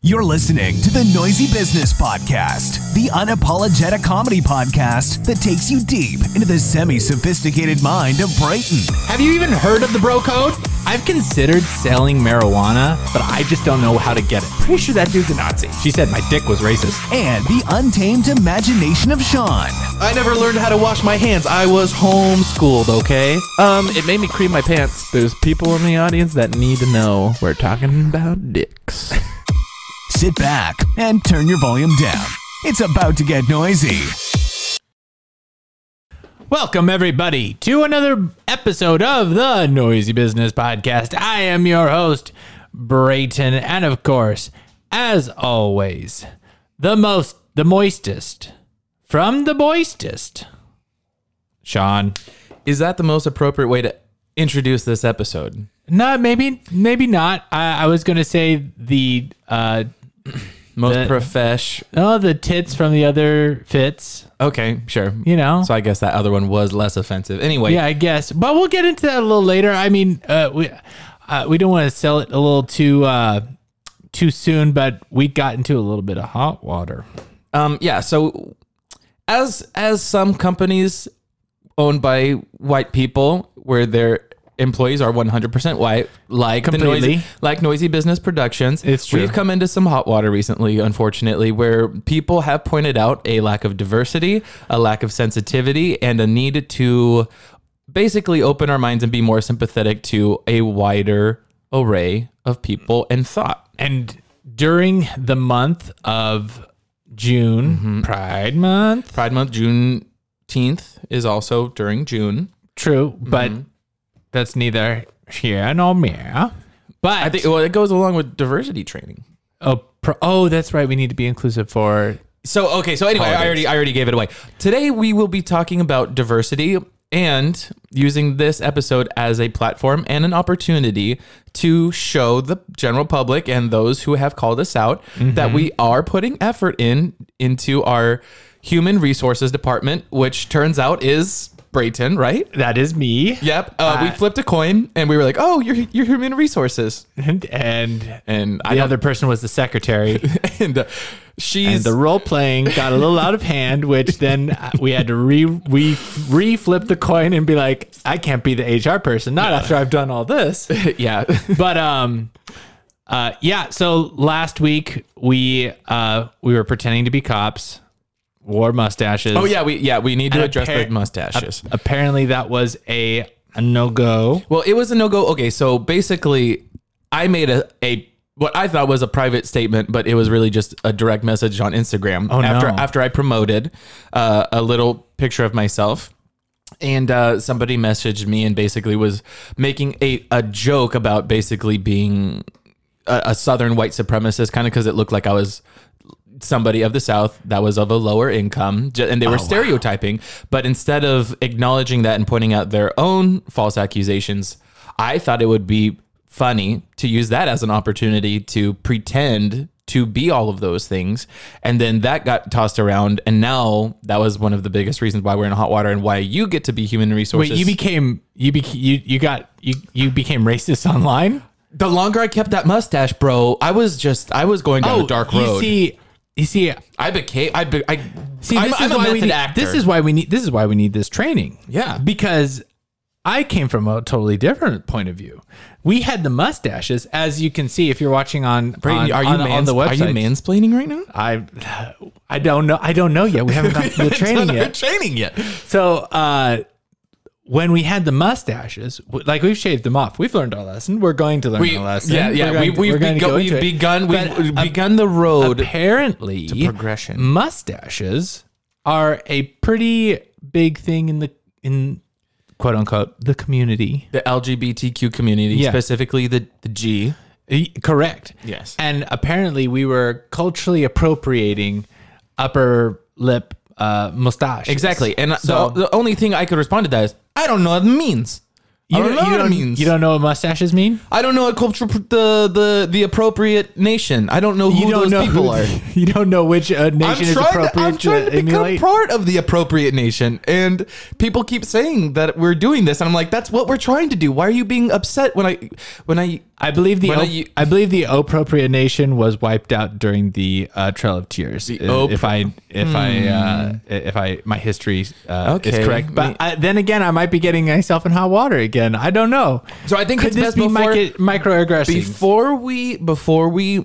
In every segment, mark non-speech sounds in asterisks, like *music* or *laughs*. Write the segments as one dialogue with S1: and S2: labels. S1: You're listening to the Noisy Business Podcast, the unapologetic comedy podcast that takes you deep into the semi sophisticated mind of Brighton.
S2: Have you even heard of the bro code? I've considered selling marijuana, but I just don't know how to get it. Pretty sure that dude's a Nazi. She said my dick was racist.
S1: and the untamed imagination of Sean.
S3: I never learned how to wash my hands. I was homeschooled, okay? Um, it made me cream my pants. There's people in the audience that need to know we're talking about dicks.
S1: Sit back and turn your volume down. It's about to get noisy.
S2: Welcome, everybody, to another episode of the Noisy Business Podcast. I am your host, Brayton, and of course, as always, the most, the moistest, from the moistest, Sean.
S3: Is that the most appropriate way to introduce this episode?
S2: No, maybe, maybe not. I, I was gonna say the uh,
S3: Most
S2: Uh,
S3: profesh.
S2: oh, the tits from the other fits.
S3: Okay, sure.
S2: You know,
S3: So I guess that other one was less offensive. Anyway,
S2: yeah, I guess. But we'll get into that a little later. I mean, uh, we uh, we don't want to sell it a little too uh, too soon, but we got into a little bit of hot water.
S3: um, yeah. So as as some companies owned by white people, where their employees are 100% white, like the
S2: Completely.
S3: noisy, like noisy business productions,
S2: It's true.
S3: We've come into some hot water recently, unfortunately, where people have pointed out a lack of diversity, a lack of sensitivity, and a need to basically open our minds and be more sympathetic to a wider array of people and thought.
S2: And during the month of June, Pride Month,
S3: Pride Month, Juneteenth is also during June.
S2: true, but that's neither here nor there. But
S3: I think well, it goes along with diversity training.
S2: oh, pro- oh, that's right. We need to be inclusive for
S3: So okay, so anyway, I already I already gave it away. Today we will be talking about diversity and using this episode as a platform and an opportunity to show the general public and those who have called us out that we are putting effort in into our human resources department, which turns out is Brayton, right?
S2: that is me.
S3: Yep. Uh, we flipped a coin and we were like, "Oh, you're you're human resources,"
S2: And, and
S3: and I
S2: the
S3: don't-
S2: other person was the *laughs* secretary.
S3: *laughs* and uh, she's
S2: and the role playing got a little out of hand, which then uh, we had to re we re flip the coin and be like, I can't be the HR person, not after I've done all *laughs* this.
S3: yeah.
S2: But um, uh, yeah. So last week we uh we were pretending to be cops, wore mustaches.
S3: Oh yeah, we yeah we need to
S2: And
S3: address
S2: appar-
S3: the mustaches.
S2: Apparently that was a, a no go.
S3: well, it was a no go. Okay, so basically, I made a a what I thought was a private statement, but it was really just a direct message on Instagram.
S2: Oh, no.
S3: after after I promoted uh, a little picture of myself. And uh, somebody messaged me and basically was making a, a joke about basically being a, a southern white supremacist, kind of because it looked like I was somebody of the South that was of a lower income, ju- and they were stereotyping. But instead of acknowledging that and pointing out their own false accusations, I thought it would be funny to use that as an opportunity to pretend to be all of those things. And then that got tossed around. And now that was one of the biggest reasons why we're in hot water and why you get to be human resources.
S2: Wait, you became you bec- you you got you you became racist online.
S3: the longer I kept that mustache, bro, I was just, I was going down a dark road.
S2: Oh, You see, you see,
S3: I became, I, be, I,
S2: See,
S3: I'm-
S2: this
S3: I'm
S2: is
S3: a
S2: why we
S3: method
S2: need,
S3: actor.
S2: This is why we need. This is why we need this training.
S3: Yeah.
S2: because I came from a totally different point of view. We had the mustaches, as you can see if you're watching on on,
S3: Brayden, are you
S2: on,
S3: mans-
S2: on the website.
S3: Are you mansplaining right now?
S2: I I don't know. I don't know yet. We
S3: *laughs*
S2: haven't gone through the training
S3: Not our
S2: yet.
S3: Training yet.
S2: So uh, when we had the mustaches, w- like we've shaved them off. We've learned our lesson. We're going to learn
S3: We,
S2: our lesson.
S3: yeah, yeah.
S2: We're going
S3: we,
S2: to-
S3: we've
S2: we're going
S3: begun.
S2: to go
S3: We've
S2: into it.
S3: begun. We've,
S2: But uh,
S3: we've
S2: a-
S3: begun the road.
S2: apparently
S3: progression.
S2: mustaches are a pretty big thing in the in quote unquote the community
S3: the LGBTQ community,
S2: Yeah.
S3: specifically the, the G.
S2: E- correct
S3: Yes.
S2: and apparently we were culturally appropriating upper lip uh mustache
S3: Exactly. And uh,
S2: so
S3: the, the only thing I could respond to that is, I don't know what it means.
S2: you,
S3: I don't
S2: don't,
S3: know
S2: you,
S3: what
S2: don't,
S3: it means.
S2: you don't know what mustaches mean
S3: I don't know what culture, the the the appropriate nation. I don't know who
S2: you don't
S3: those
S2: know
S3: people
S2: who- *laughs*
S3: are.
S2: you don't know which uh, nation
S3: I'm
S2: is
S3: trying,
S2: appropriate
S3: to, I'm trying to become
S2: emulate.
S3: part of the appropriate nation. And people keep saying that we're doing this. And I'm like, that's what we're trying to do. Why are you being upset when I when I
S2: I believe the
S3: Why
S2: o-
S3: don't you-
S2: I believe the appropriation was wiped out during the uh, Trail of Tears. if,
S3: op- Hmm.
S2: if I if I uh, if I my history uh,
S3: Okay.
S2: is correct,
S3: Me-
S2: but I, then again, I might be getting myself in hot water again. I don't know.
S3: So I think
S2: Could
S3: it's
S2: this
S3: best
S2: be
S3: before-
S2: micro- microaggressions?
S3: Before we before we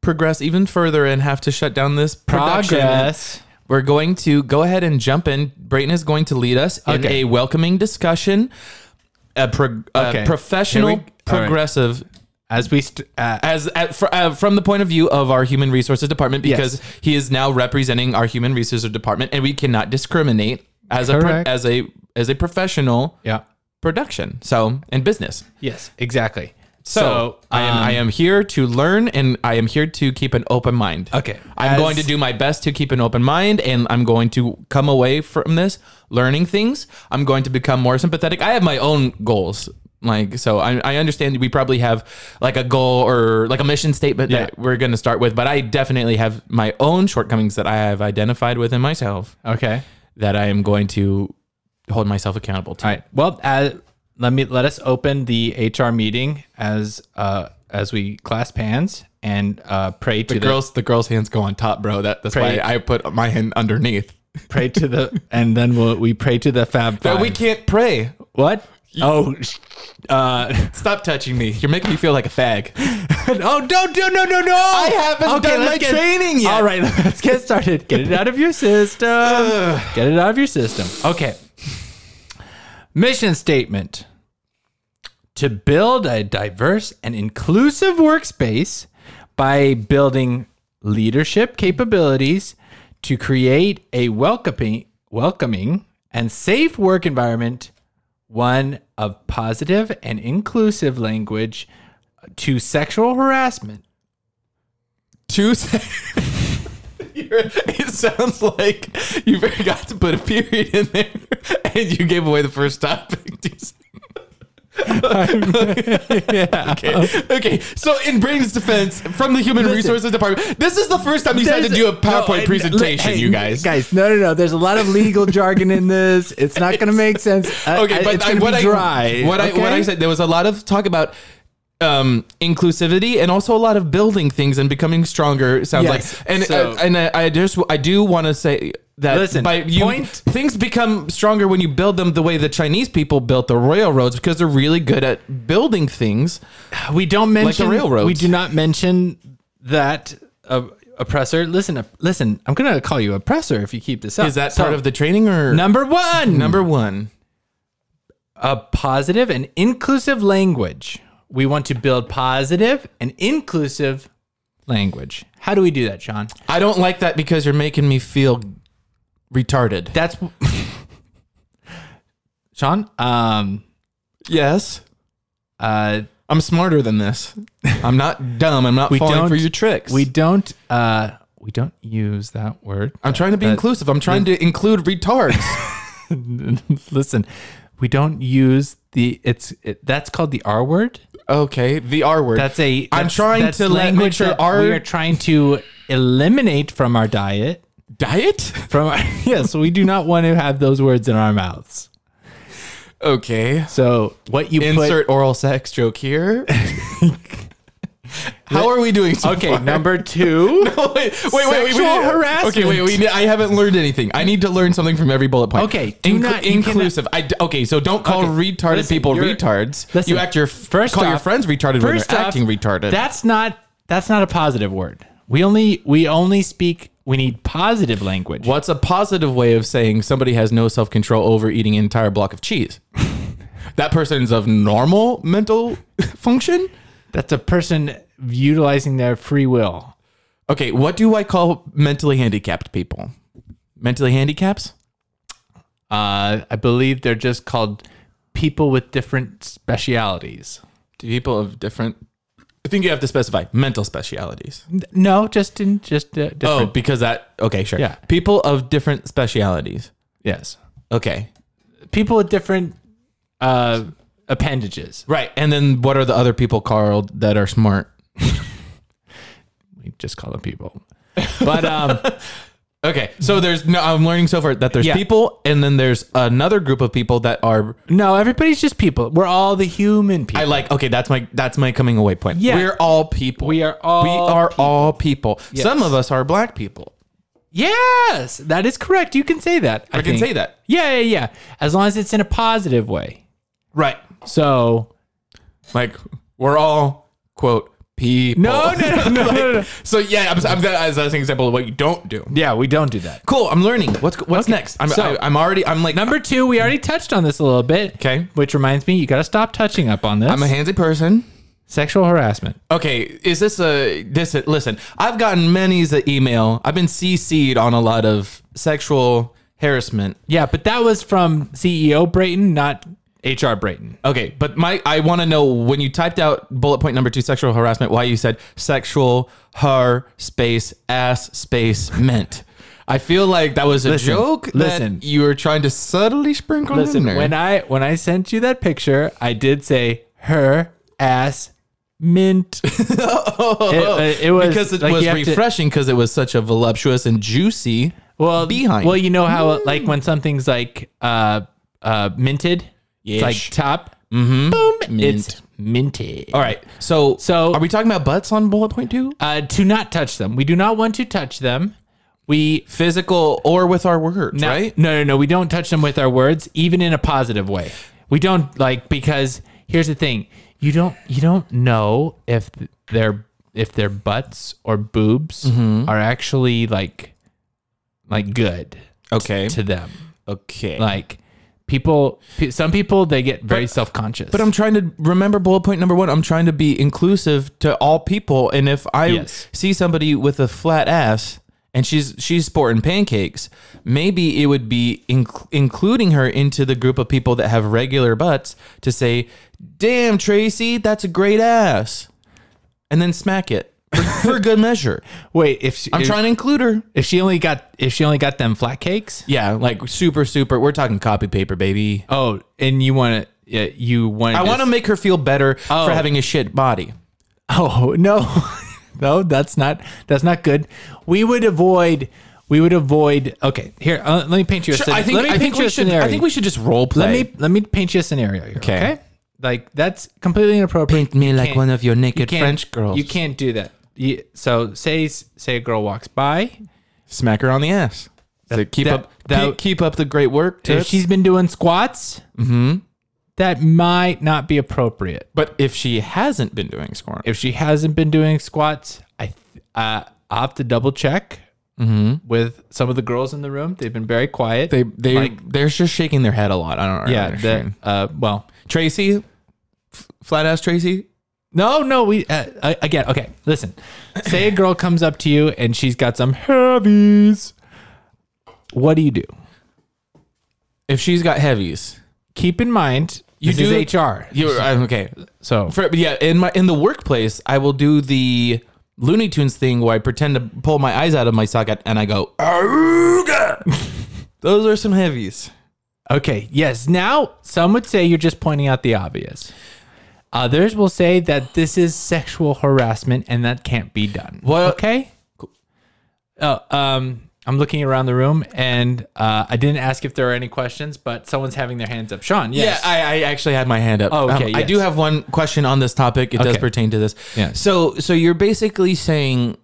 S3: progress even further and have to shut down this production,
S2: Progress.
S3: we're going to go ahead and jump in. Brayton is going to lead us in
S2: Okay.
S3: a welcoming discussion, a, pro, a
S2: Okay. Here
S3: professional,
S2: we- all right.
S3: progressive.
S2: As we st- uh,
S3: As at, fr, uh, from the point of view of our human resources department, because
S2: Yes.
S3: he is now representing our human resources department, and we cannot discriminate as a pro,
S2: Correct.
S3: as a as a professional
S2: yeah,
S3: production. So in business,
S2: yes, exactly.
S3: So, I am
S2: um,
S3: I am here to learn and I am here to keep an open mind.
S2: Okay.
S3: I'm
S2: As-
S3: going to do my best to keep an open mind and I'm going to come away from this learning things. I'm going to become more sympathetic. I have my own goals. Like so I, I understand we probably have like a goal or like a mission statement that
S2: Yeah.
S3: we're gonna start with, but I definitely have my own shortcomings that I have identified within myself
S2: okay.
S3: that I am going to hold myself accountable to.
S2: All right. Well, uh, let me let us open the HR meeting as uh, as we clasp hands and uh, pray to
S3: The girls the girls' hands go on top, bro. That that's
S2: Pray-
S3: why I put my hand underneath.
S2: pray to the and then we'll, we pray to the Fab
S3: But
S2: Five.
S3: we can't pray.
S2: what? Oh, sh- uh,
S3: Stop touching me. You're making me feel like a *laughs* fag.
S2: oh! Don't do no no no!
S3: I haven't done
S2: let's
S3: my training yet.
S2: All right, *laughs* let's get started. Get it out of
S3: *sighs*
S2: your system. get it out of your system. Okay. Mission statement: To build a diverse and inclusive workspace by building leadership capabilities to create a welcoming, welcoming and safe work environment one of positive and inclusive language to sexual harassment.
S3: Two. se- You're- *laughs* it sounds like you *laughs* forgot to put a period in there, and you gave away the first topic. *laughs* Two se-
S2: *laughs*
S3: okay. okay. So, in Brain's defense, from the Human Resources Department, this is the first time he's had to do a PowerPoint
S2: No, and-
S3: presentation,
S2: hey,
S3: you guys.
S2: Guys, no, no, no. There's a lot of legal jargon in this. It's not going to make sense. Uh,
S3: okay, but
S2: it's
S3: I,
S2: going to
S3: what
S2: be dry.
S3: I what I what I
S2: okay?
S3: said there was a lot of talk about um inclusivity and also a lot of building things and becoming stronger it sounds
S2: Yes,
S3: like and
S2: so-
S3: uh, and I, I just I do want to say that
S2: Listen,
S3: by you
S2: point-
S3: things become stronger when you build them the way the Chinese people built the railroads because they're really good at building things
S2: We don't mention
S3: railroads.
S2: We do not mention that uh, oppressor. Listen, uh, listen. I'm going to call you oppressor if you keep this up.
S3: is that
S2: Uh, So,
S3: part of the training or
S2: number one?
S3: number 1
S2: a positive and inclusive language. We want to build positive and inclusive language. How do we do that, Sean?
S3: I don't like that because you're making me feel retarded
S2: That's *laughs* Sean. Um,
S3: yes
S2: uh,
S3: I'm smarter than this. I'm not dumb. I'm not falling
S2: don't-
S3: for your tricks.
S2: we don't. Uh, we don't use that word. *laughs*
S3: I'm trying to be
S2: That-
S3: inclusive. I'm trying to include retards. *laughs*
S2: Listen, we don't use the. It's it, that's called the R word.
S3: okay, the R word.
S2: That's a.
S3: I'm
S2: that's-
S3: trying
S2: that's
S3: to let- make
S2: language
S3: sure
S2: that
S3: our-
S2: we are trying to eliminate from our diet.
S3: diet.
S2: From our, *laughs* yes, we do not want to have those words in our mouths.
S3: Okay.
S2: So what you
S3: Insert oral sex joke
S2: *laughs*
S3: here. How are we doing? So
S2: put? Okay,
S3: far?
S2: number two.
S3: wait, *laughs* wait, wait, wait.
S2: Sexual
S3: need-
S2: harassment.
S3: Okay, wait. We need, I haven't learned anything. I need to learn something from every bullet point.
S2: Okay, do not- you cannot-
S3: inclusive. I d okay. So don't call
S2: Okay,
S3: retarded
S2: listen,
S3: people
S2: you're-
S3: retards.
S2: listen,
S3: you act your
S2: first
S3: Call your
S2: off-
S3: friends retarded when they're
S2: off,
S3: acting retarded.
S2: That's not that's not a positive word. We only we only speak. We need positive language.
S3: What's a positive way of saying somebody has no self control over eating an entire block of
S2: *laughs*
S3: cheese? that person's of normal mental *laughs* function?
S2: That's a person utilizing their free will.
S3: Okay, what do I call mentally handicapped people? Mentally handicaps?
S2: Uh, I believe they're just called people with different specialities.
S3: Do people of different. I think you have to specify mental specialities.
S2: No, just in just uh, different.
S3: Oh, because that. Okay, sure.
S2: Yeah.
S3: People of different specialities.
S2: yes,
S3: Okay.
S2: people with different uh, appendages.
S3: Right. And then what are the other people called that are *laughs* smart? *laughs*
S2: We just call them people. But um,
S3: Okay, so there's no. I'm learning so far that there's
S2: Yeah.
S3: people, and then there's another group of people that are.
S2: No, everybody's just people. We're all the human people.
S3: I like. Okay, that's my that's my coming away point.
S2: Yeah.
S3: we're all people.
S2: We are all
S3: We are all people.
S2: Yes.
S3: Some of us are black people.
S2: yes, that is correct. You can say that.
S3: I, can
S2: think.
S3: say that.
S2: Yeah, yeah, yeah. As long as it's in a positive way.
S3: Right. Oh.
S2: So
S3: Like we're all quote people.
S2: no, no, no, no,
S3: *laughs*
S2: no, no.
S3: So yeah, I'm, I'm that's an example of what you don't do.
S2: Yeah, we don't do that.
S3: Cool. I'm learning. What's what's
S2: Okay,
S3: next? I'm
S2: so-
S3: I, I'm already. I'm like
S2: Number two, we already touched on this a little bit.
S3: Okay.
S2: Which reminds me, you got to stop touching up on this.
S3: I'm a handsy person.
S2: Sexual harassment.
S3: Okay, is this a this? Listen, I've gotten many's a email. I've been CC'd on a lot of sexual harassment.
S2: Yeah, but that was from CEO Brayton, not HR Brayton.
S3: Okay, but my I want to know when you typed out bullet point number two, sexual harassment, why you said sexual har space ass space meant. I feel like that was a
S2: Listen,
S3: joke. that
S2: listen.
S3: you were trying to subtly sprinkle in
S2: Listen,
S3: there.
S2: when I when I sent you that picture, I did say her ass
S3: *laughs*
S2: mint. it, it was
S3: Oh, because it
S2: like,
S3: was
S2: you have to-
S3: refreshing because it was such a voluptuous and juicy.
S2: well,
S3: behind.
S2: Well, you know how uh, like when something's like uh uh minted, it's like
S3: Yes.
S2: top. Boom, it's minted.
S3: All right, so
S2: So-
S3: are we talking about butts on bullet point two?
S2: Uh, to not touch them. We do not want to touch them. We
S3: physical or with our words,
S2: No-
S3: right?
S2: No, no, no. We don't touch them with our words, even in a positive way. We don't like because here's the thing: you don't you don't know if their if their butts or boobs
S3: Mm-hmm.
S2: are actually like like good
S3: Okay.
S2: to them.
S3: Okay.
S2: Like people, pe- some people they get very self conscious.
S3: but I'm trying to remember bullet point number one. I'm trying to be inclusive to all people, and if I
S2: Yes.
S3: see somebody with a flat ass and she's she's sporting pancakes, maybe it would be inc- including her into the group of people that have regular butts to say, "Damn, Tracy, that's a great ass," and then smack it for, for good measure.
S2: *laughs* wait if she,
S3: I'm
S2: if,
S3: trying to include her.
S2: if she only got if she only got them flat cakes.
S3: Yeah, like super, super. We're talking copy paper, baby.
S2: Oh, and you want to yeah, you want
S3: I want to make her feel better
S2: Oh.
S3: for having a shit body.
S2: Oh no, *laughs* no, that's not that's not good. We would avoid. We would avoid. Okay, here uh, let me paint you a.
S3: Sure,
S2: scena-
S3: I think.
S2: let me
S3: I think we should. I think we should just role
S2: let
S3: play.
S2: me let me paint you a scenario here. Okay,
S3: Okay.
S2: like that's completely inappropriate.
S3: paint me like
S2: can't-
S3: one of your naked
S2: can't-
S3: French girls.
S2: You can't do that. You, so say say a girl walks by.
S3: smack her on the ass. so keep
S2: that-
S3: up.
S2: that-
S3: keep, keep up the great work.
S2: If
S3: tits. Mm-hmm.
S2: she's been doing squats, that might not be appropriate.
S3: but if she hasn't been doing squat,
S2: if she hasn't been doing squats, I th- uh, I'll have to double check with some of the girls in the room. They've been very quiet.
S3: they they
S2: like-
S3: they're just shaking their head a lot. I don't. I don't
S2: yeah,
S3: understand.
S2: the, uh, well,
S3: Tracy, f- flat ass Tracy.
S2: no, no, we uh, uh, again. Okay, listen. Say a girl comes up to you and she's got some heavies. What do you do?
S3: If she's got heavies,
S2: Keep in mind, you
S3: You
S2: this
S3: do-
S2: is HR.
S3: you I'm okay.
S2: so
S3: For, yeah, in my in the workplace, I will do the Looney Tunes thing where I pretend to pull my eyes out of my socket and I go, "Aruga." *laughs* Those are some heavies.
S2: okay, yes. Now some would say you're just pointing out the obvious. Others will say that this is sexual harassment and that can't be done.
S3: Well-
S2: okay. Oh, um, I'm looking around the room and uh, I didn't ask if there are any questions, but someone's having their hands up. Sean, yes.
S3: Yeah, I, I actually had my hand up. Um,
S2: Oh, okay,
S3: I do
S2: yes.
S3: have one question on this topic. It does
S2: Okay.
S3: pertain to this.
S2: Yes.
S3: So, so you're basically saying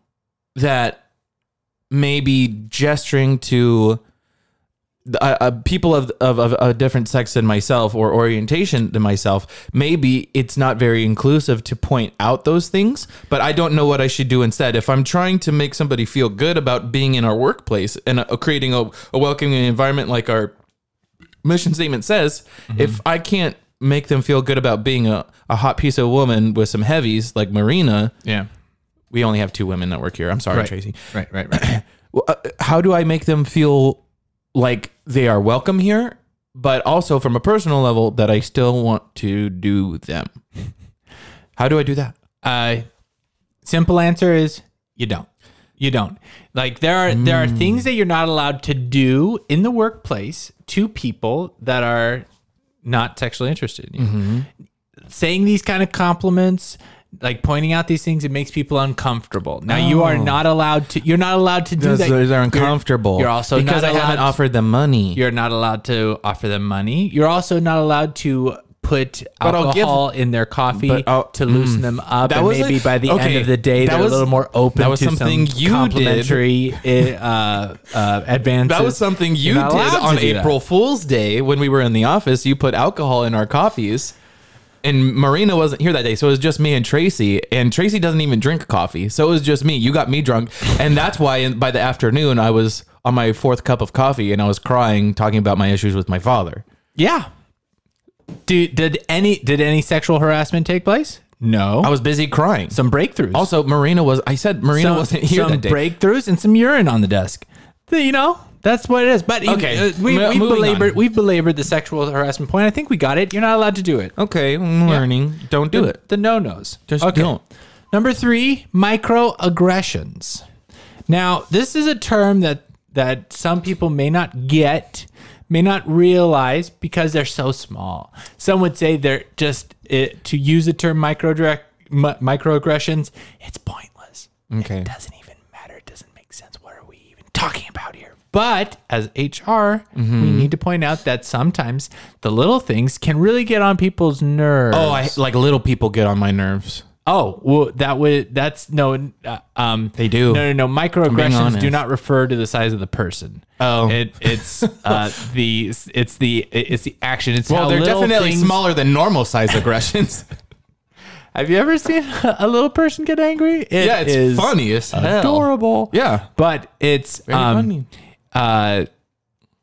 S3: that maybe gesturing to the, uh, uh, people of, of of a different sex than myself or orientation than myself, maybe it's not very inclusive to point out those things. But I don't know what I should do instead. If I'm trying to make somebody feel good about being in our workplace and uh, creating a, a welcoming environment like our mission statement says if I can't make them feel good about being a, a hot piece of woman with some heavies like Marina,
S2: yeah.
S3: we only have two women that work here. I'm sorry,
S2: Right.
S3: Tracy.
S2: Right, right, right.
S3: Well, uh, How do I make them feel like they are welcome here, but also from a personal level that I still want to do them? How do I do that?
S2: uh, simple answer is you don't. You don't. Like there are there
S3: Hmm.
S2: are things that you're not allowed to do in the workplace to people that
S3: Mm-hmm.
S2: are not sexually interested in you. Saying these kind of compliments, like pointing out these things, it makes people uncomfortable. Now you are not allowed to. You're not allowed to do
S3: Oh. Those,
S2: that.
S3: those are
S2: You're-
S3: uncomfortable.
S2: You're, also
S3: because
S2: not
S3: I haven't
S2: allowed-
S3: offered them money.
S2: You're not allowed to offer them money. You're also not allowed to put
S3: But I'll give-
S2: alcohol in their coffee
S3: But I'll-
S2: to loosen them up.
S3: That
S2: and
S3: was a-
S2: maybe by the end
S3: okay,
S2: of the day,
S3: that
S2: they're
S3: was-
S2: a little more open.
S3: that was
S2: to some
S3: something you did.
S2: complimentary uh, uh, advances.
S3: That was something you
S2: You're
S3: did
S2: not allowed to
S3: on
S2: do that.
S3: April Fool's Day when we were in the office. You put alcohol in our coffees. And Marina wasn't here that day, so it was just me and Tracy. And Tracy doesn't even drink coffee, so it was just me. You got me drunk, and that's why in, by the afternoon I was on my fourth cup of coffee and I was crying, talking about my issues with my father.
S2: Yeah. Dude, did any did any sexual harassment take place? No.
S3: I was busy crying.
S2: some breakthroughs.
S3: also, Marina was. I said Marina
S2: some,
S3: wasn't here
S2: some
S3: that day.
S2: breakthroughs and some urine on the desk. Th- You know, that's what it is. But
S3: Okay,
S2: okay, we,
S3: mo-
S2: we've
S3: moving
S2: belabored
S3: on.
S2: we've belabored the sexual harassment point. I think we got it. You're not allowed to do it.
S3: Okay, I'm learning. Don't do it.
S2: The no nos.
S3: Just don't.
S2: Number three, microaggressions. Now, this is a term that that some people may not get, may not realize because they're so small. Some would say they're just it, to use the term micro mi- microaggressions. It's pointless.
S3: Okay.
S2: It doesn't even matter. It doesn't make sense. What are we even talking about here? But as HR, we
S3: Mm-hmm.
S2: need to point out that sometimes the little things can really get on people's nerves.
S3: Oh, I, like little people get on my nerves.
S2: Oh, well, that would that's no. Uh, um,
S3: They do.
S2: No, no, no.
S3: being
S2: Microaggressions
S3: honest.
S2: do not refer to the size of the person.
S3: Oh.
S2: it,
S3: *laughs*
S2: it's uh, the it's the it's the action. It's
S3: Well,
S2: how
S3: they're
S2: little
S3: definitely
S2: things-
S3: smaller than normal size *laughs* aggressions.
S2: Have you ever seen *laughs* a little person get angry? It
S3: yeah, it's
S2: is
S3: funny as hell.
S2: adorable.
S3: Yeah.
S2: but it's um,
S3: funny.
S2: uh,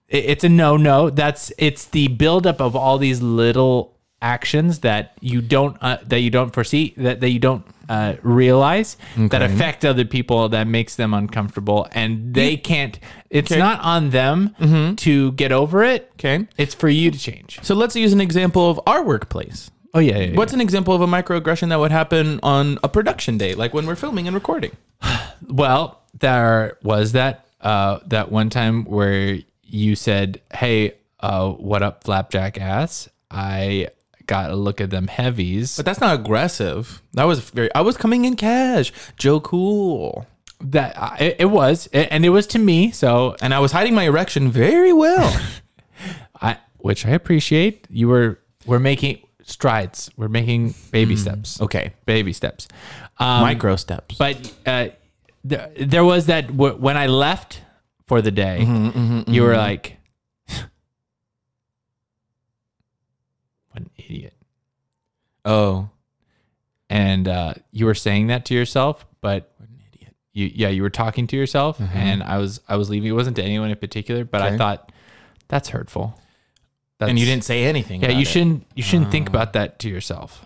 S2: it- it's a no no. That's it's the buildup of all these little actions that you don't uh, that you don't foresee that that you don't uh, realize that affect other people that makes them uncomfortable and they can't. It's not on them to get over it.
S3: Mm-hmm. Okay.
S2: It's for you to change.
S3: So let's use an example of our workplace.
S2: Oh yeah. yeah, yeah.
S3: What's an example of a microaggression that would happen on a production day, like when we're filming and recording?
S2: Well, there was that uh, that one time where you said, "Hey, uh, what up, flapjack ass?" I got a look at them heavies.
S3: But that's not aggressive. That was very. I was coming in cash, Joe Cool,
S2: That I, it- it was, a- and it was to me. So
S3: and I was hiding my erection very well.
S2: I, which I appreciate. You were we're making strides. We're making baby
S3: *laughs*
S2: steps.
S3: Hmm. okay,
S2: baby steps. Um,
S3: micro steps.
S2: but uh, there, there was that w- when I left for the day,
S3: Mm-hmm,
S2: you were like, *sighs* "What an idiot,"
S3: oh,
S2: and uh, you were saying that to yourself, but. You, yeah, you were talking to yourself, and I was I was leaving. It wasn't to anyone in particular, but I
S3: Mm-hmm. Okay.
S2: thought that's hurtful. That's,
S3: and you didn't say anything.
S2: Yeah,
S3: about
S2: you
S3: it.
S2: shouldn't you shouldn't think about that to yourself.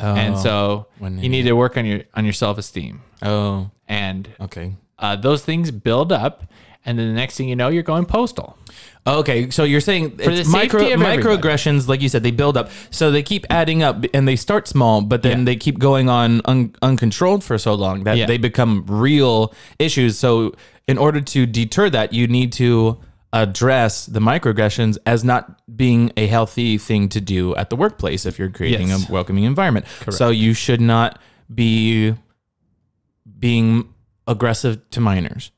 S3: Oh,
S2: and so
S3: what an
S2: you need to work on your on your self esteem.
S3: oh,
S2: And
S3: okay.
S2: uh, those things build up, and then the next thing you know, you're going postal.
S3: Okay, so you're saying
S2: the
S3: it's
S2: safety
S3: micro
S2: of everybody.
S3: microaggressions, like you said, they build up, so they keep adding up, and they start small, but then
S2: Yeah.
S3: they keep going on un- uncontrolled for so long that
S2: Yeah.
S3: they become real issues. So, in order to deter that, you need to address the microaggressions as not being a healthy thing to do at the workplace if you're creating
S2: Yes.
S3: a welcoming environment. So you should not be being aggressive to minors,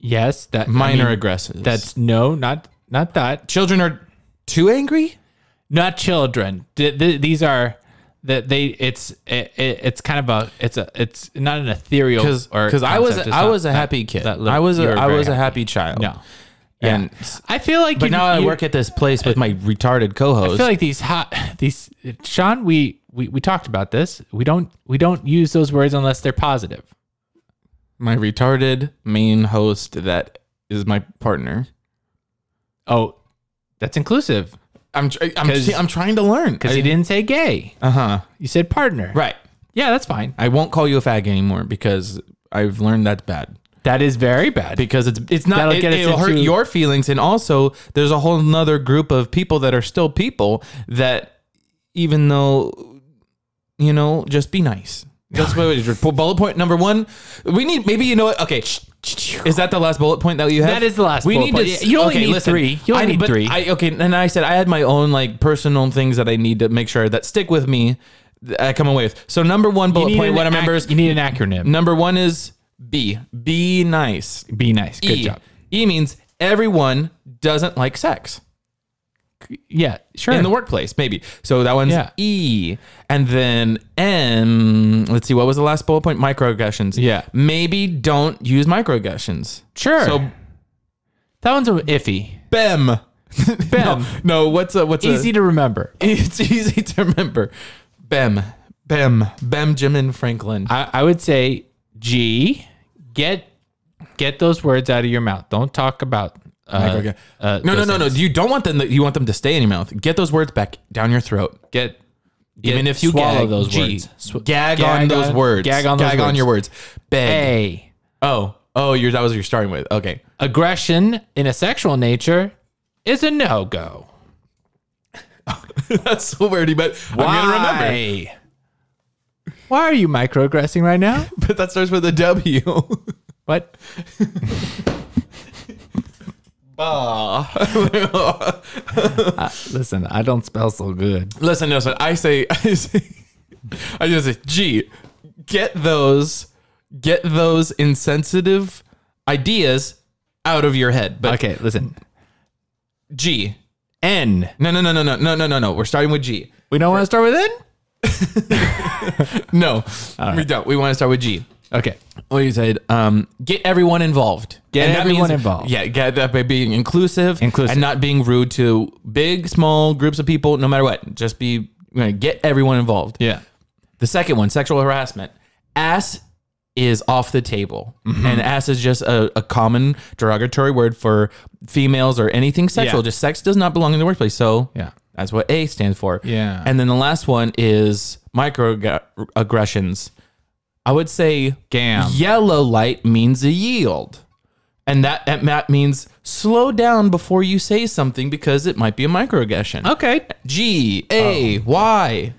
S2: Yes, that I
S3: minor
S2: mean,
S3: aggressive.
S2: That's no, not not that.
S3: children are too angry.
S2: Not children. Th- th- these are that they. It's it, it- it's kind of a. It's a. It's not an ethereal.
S3: because
S2: or
S3: because I was
S2: Oh, concept. It's
S3: I
S2: not
S3: was a
S2: that-
S3: happy kid.
S2: that little-
S3: I was
S2: you
S3: a,
S2: were
S3: I
S2: very
S3: was a happy child.
S2: No.
S3: and
S2: I feel like.
S3: but now I work at this place with my retarded
S2: I
S3: co-host.
S2: feel like these hot *sighs* these Sean. We we we talked about this. We don't we don't use those words unless they're positive.
S3: my retarded main host that is my partner.
S2: Oh, that's inclusive
S3: I'm tr- I'm,
S2: 'Cause-
S3: see, I'm trying to learn
S2: because you didn't say gay.
S3: Uh huh.
S2: You said partner.
S3: Right.
S2: Yeah, that's fine.
S3: I won't call you a fag anymore because I've learned that's bad.
S2: That is very bad.
S3: Because it's it's not
S2: That'll
S3: it,
S2: get us
S3: will hurt
S2: into-
S3: your feelings and also there's a whole nother group of people that are still people that even though you know just be nice. That's what it is. Bullet point number one. We need maybe you know what? Okay, is that the last bullet point that you have?
S2: That is the last
S3: We
S2: bullet
S3: need
S2: point.
S3: to.
S2: Yeah, you only
S3: okay,
S2: need
S3: listen.
S2: three. You only
S3: I,
S2: need
S3: but
S2: three.
S3: I, okay, and I said I had my own like personal things that I need to make sure that stick with me that I come away with. So number one bullet point, what I remember is
S2: you need an acronym.
S3: number one is B. Be nice.
S2: Be nice. Good
S3: e.
S2: job.
S3: E means everyone doesn't like sex
S2: Yeah, sure.
S3: in the workplace, maybe. So that one's
S2: Yeah.
S3: E. And then M. Let's see, what was the last bullet point? Microaggressions.
S2: Yeah.
S3: Maybe don't use microaggressions.
S2: sure.
S3: So
S2: that one's a iffy.
S3: BEM. *laughs*
S2: Bam.
S3: No, no, what's a what's
S2: Easy
S3: a,
S2: to remember.
S3: *laughs* It's easy to remember. BEM. BEM. Benjamin Franklin.
S2: I, I would say G. Get get those words out of your mouth. Don't talk about. Uh,
S3: Microaggre-
S2: uh,
S3: no, no,
S2: those
S3: no, no.
S2: things.
S3: You don't want them. You want them to stay in your mouth. Get those words back down your throat.
S2: Get
S3: Even
S2: get-
S3: if you
S2: swallow
S3: gag,
S2: those
S3: G,
S2: words. Sw-
S3: gag,
S2: gag
S3: on those
S2: on-
S3: words.
S2: gag on those
S3: gag on
S2: words.
S3: your words. Beg.
S2: A
S3: Oh, oh, you're, that was what you're starting with. Okay. *laughs*
S2: aggression in a sexual nature is a no go.
S3: That's so wordy, but I'm going to remember.
S2: Why are you microaggressing right now?
S3: But that starts with a W. *laughs*
S2: What? *laughs* Uh, Listen, I don't spell so good.
S3: listen, listen. I say, *laughs* I say, I just say, gee, get those, get those insensitive ideas out of your head. But
S2: Okay, listen.
S3: G.
S2: N.
S3: No, no, no, no, no, no, no, no, no. We're starting with G.
S2: We don't want to start with N?
S3: No, we don't. We want to start with G.
S2: Okay.
S3: What you said? Um, get everyone involved.
S2: Get
S3: that
S2: everyone involved.
S3: Yeah, get that by being inclusive,
S2: Inclusive.
S3: and not being rude to big, small groups of people. No matter what, just be you know, get everyone involved.
S2: Yeah.
S3: The second one, sexual harassment. Ass is off the table.
S2: Mm-hmm.
S3: And ass is just a, a common derogatory word for females or anything sexual.
S2: Yeah.
S3: Just sex does not belong in the workplace. So
S2: Yeah.
S3: that's what A stands for.
S2: Yeah.
S3: And then the last one is microaggressions. I would say
S2: Gam.
S3: yellow light means a yield. And that, that that means slow down before you say something because it might be a microaggression.
S2: Okay.
S3: G
S2: Oh.
S3: A Y.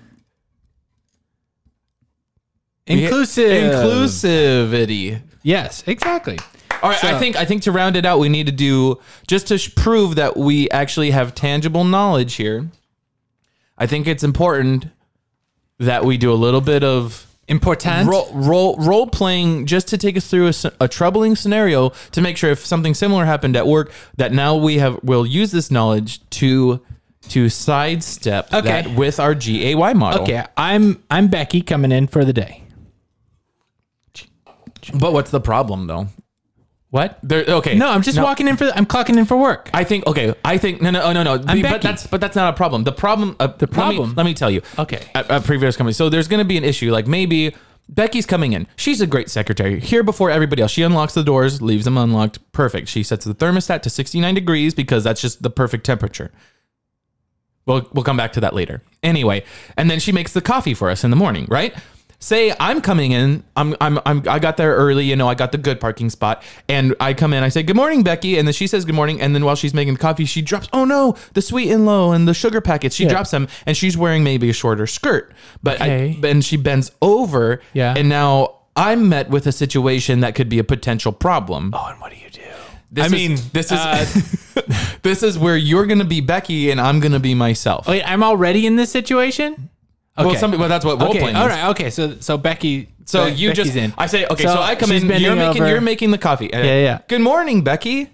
S2: Inclusive.
S3: Inclusivity.
S2: Yes, exactly.
S3: All right, I think I think to round it out, we need to do just to sh- prove that we actually have tangible knowledge here. I think it's important that we do a little bit of
S2: Important.
S3: role role, role playing just to take us through a, s- a troubling scenario to make sure if something similar happened at work that now we have will use this knowledge to to sidestep
S2: Okay.
S3: that with our GAY model.
S2: Okay, I'm I'm Becky coming in for the day.
S3: But what's the problem though?
S2: What?
S3: There, okay.
S2: No, I'm just walking in for I'm clocking in for work.
S3: I think okay. I think no, no, oh, no, no. Be-
S2: Becky.
S3: but that's but that's not a problem. The problem. Uh, the Let
S2: problem?
S3: me, let me tell you.
S2: Okay.
S3: At, at previous company, so there's going to be an issue. Like maybe Becky's coming in. She's a great secretary. Here before everybody else, she unlocks the doors, leaves them unlocked. Perfect. She sets the thermostat to 69 degrees because that's just the perfect temperature. We'll we'll come back to that later. Anyway, and then she makes the coffee for us in the morning, right? Say I'm coming in. I'm I'm I'm I got there early, you know, I got the good parking spot. And I come in, I say, Good morning, Becky. And then she says good morning. And then while she's making the coffee, she drops, oh no, the sweet and low and the sugar packets. She drops them and she's wearing maybe a shorter skirt. But
S2: Okay.
S3: I and she bends over.
S2: Yeah.
S3: And now I'm met with a situation that could be a potential problem.
S2: Oh, and what do you do?
S3: This
S2: I
S3: is-
S2: mean, uh,
S3: this is *laughs* this is where you're gonna be Becky and I'm gonna be myself.
S2: Wait, I'm already in this situation. Okay.
S3: Well, some, well, that's what role
S2: okay.
S3: playing
S2: All
S3: is.
S2: right. Okay. So so Becky.
S3: So
S2: Be-
S3: you
S2: Becky's
S3: just,
S2: in.
S3: I say, okay, so, I come
S2: she's
S3: in. You're
S2: bending
S3: making,
S2: over.
S3: you're making the coffee. Uh,
S2: Yeah, yeah.
S3: Good morning, Becky.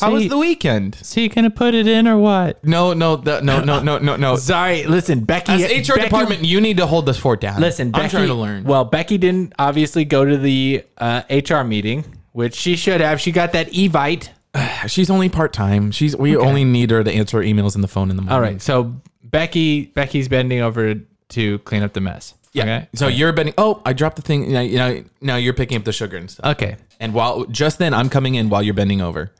S3: How was
S2: See-
S3: the weekend?
S2: So you gonna put it in or what?
S3: No, no, the, no, no, no, no, *laughs* no.
S2: Sorry. Listen, Becky.
S3: As HR
S2: Becky-
S3: department, you need to hold this fort down.
S2: Listen,
S3: I'm
S2: Becky,
S3: trying to learn.
S2: Well, Becky didn't obviously go to the uh, HR meeting, which she should have. She got that evite.
S3: she's only part time. She's we only need her to answer emails and the phone in the morning.
S2: All right. So Becky Becky's bending over to clean up the mess.
S3: Yeah.
S2: Okay.
S3: So you're bending. Oh, I dropped the thing. Now, you know, now you're picking up the sugar and stuff.
S2: Okay.
S3: and while just then, I'm coming in while you're bending over.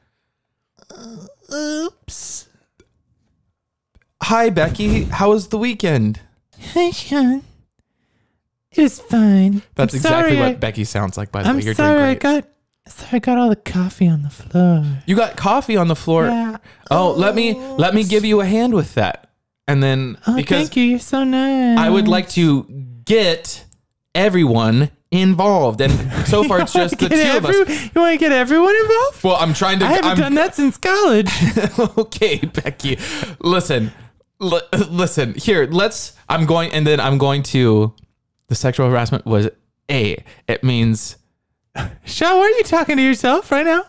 S2: Oops. *laughs*
S3: Hi, Becky. How was the weekend?
S2: Hey, Sean. It's fine.
S3: That's
S2: I'm
S3: exactly
S2: sorry
S3: what
S2: I-
S3: Becky sounds like. By the way,
S2: I'm
S3: you're
S2: sorry I
S3: doing great.
S2: got sorry I got all the coffee on the floor.
S3: You got coffee on the floor.
S2: Yeah.
S3: Oh, let me let me give you a hand with that. And then
S2: Oh,
S3: because
S2: thank you. You're so nice.
S3: I would
S2: *laughs*
S3: like to get everyone involved. And
S2: *laughs*
S3: so far it's just the two
S2: Get
S3: of us.
S2: every- You want to get everyone involved?
S3: Well, I'm trying to
S2: I haven't
S3: am
S2: done that
S3: *laughs*
S2: since college.
S3: okay, Becky. Listen. L- listen. Here, let's I'm going, and then I'm going to. The sexual harassment was a. It means
S2: Sean, why are you talking to yourself right now?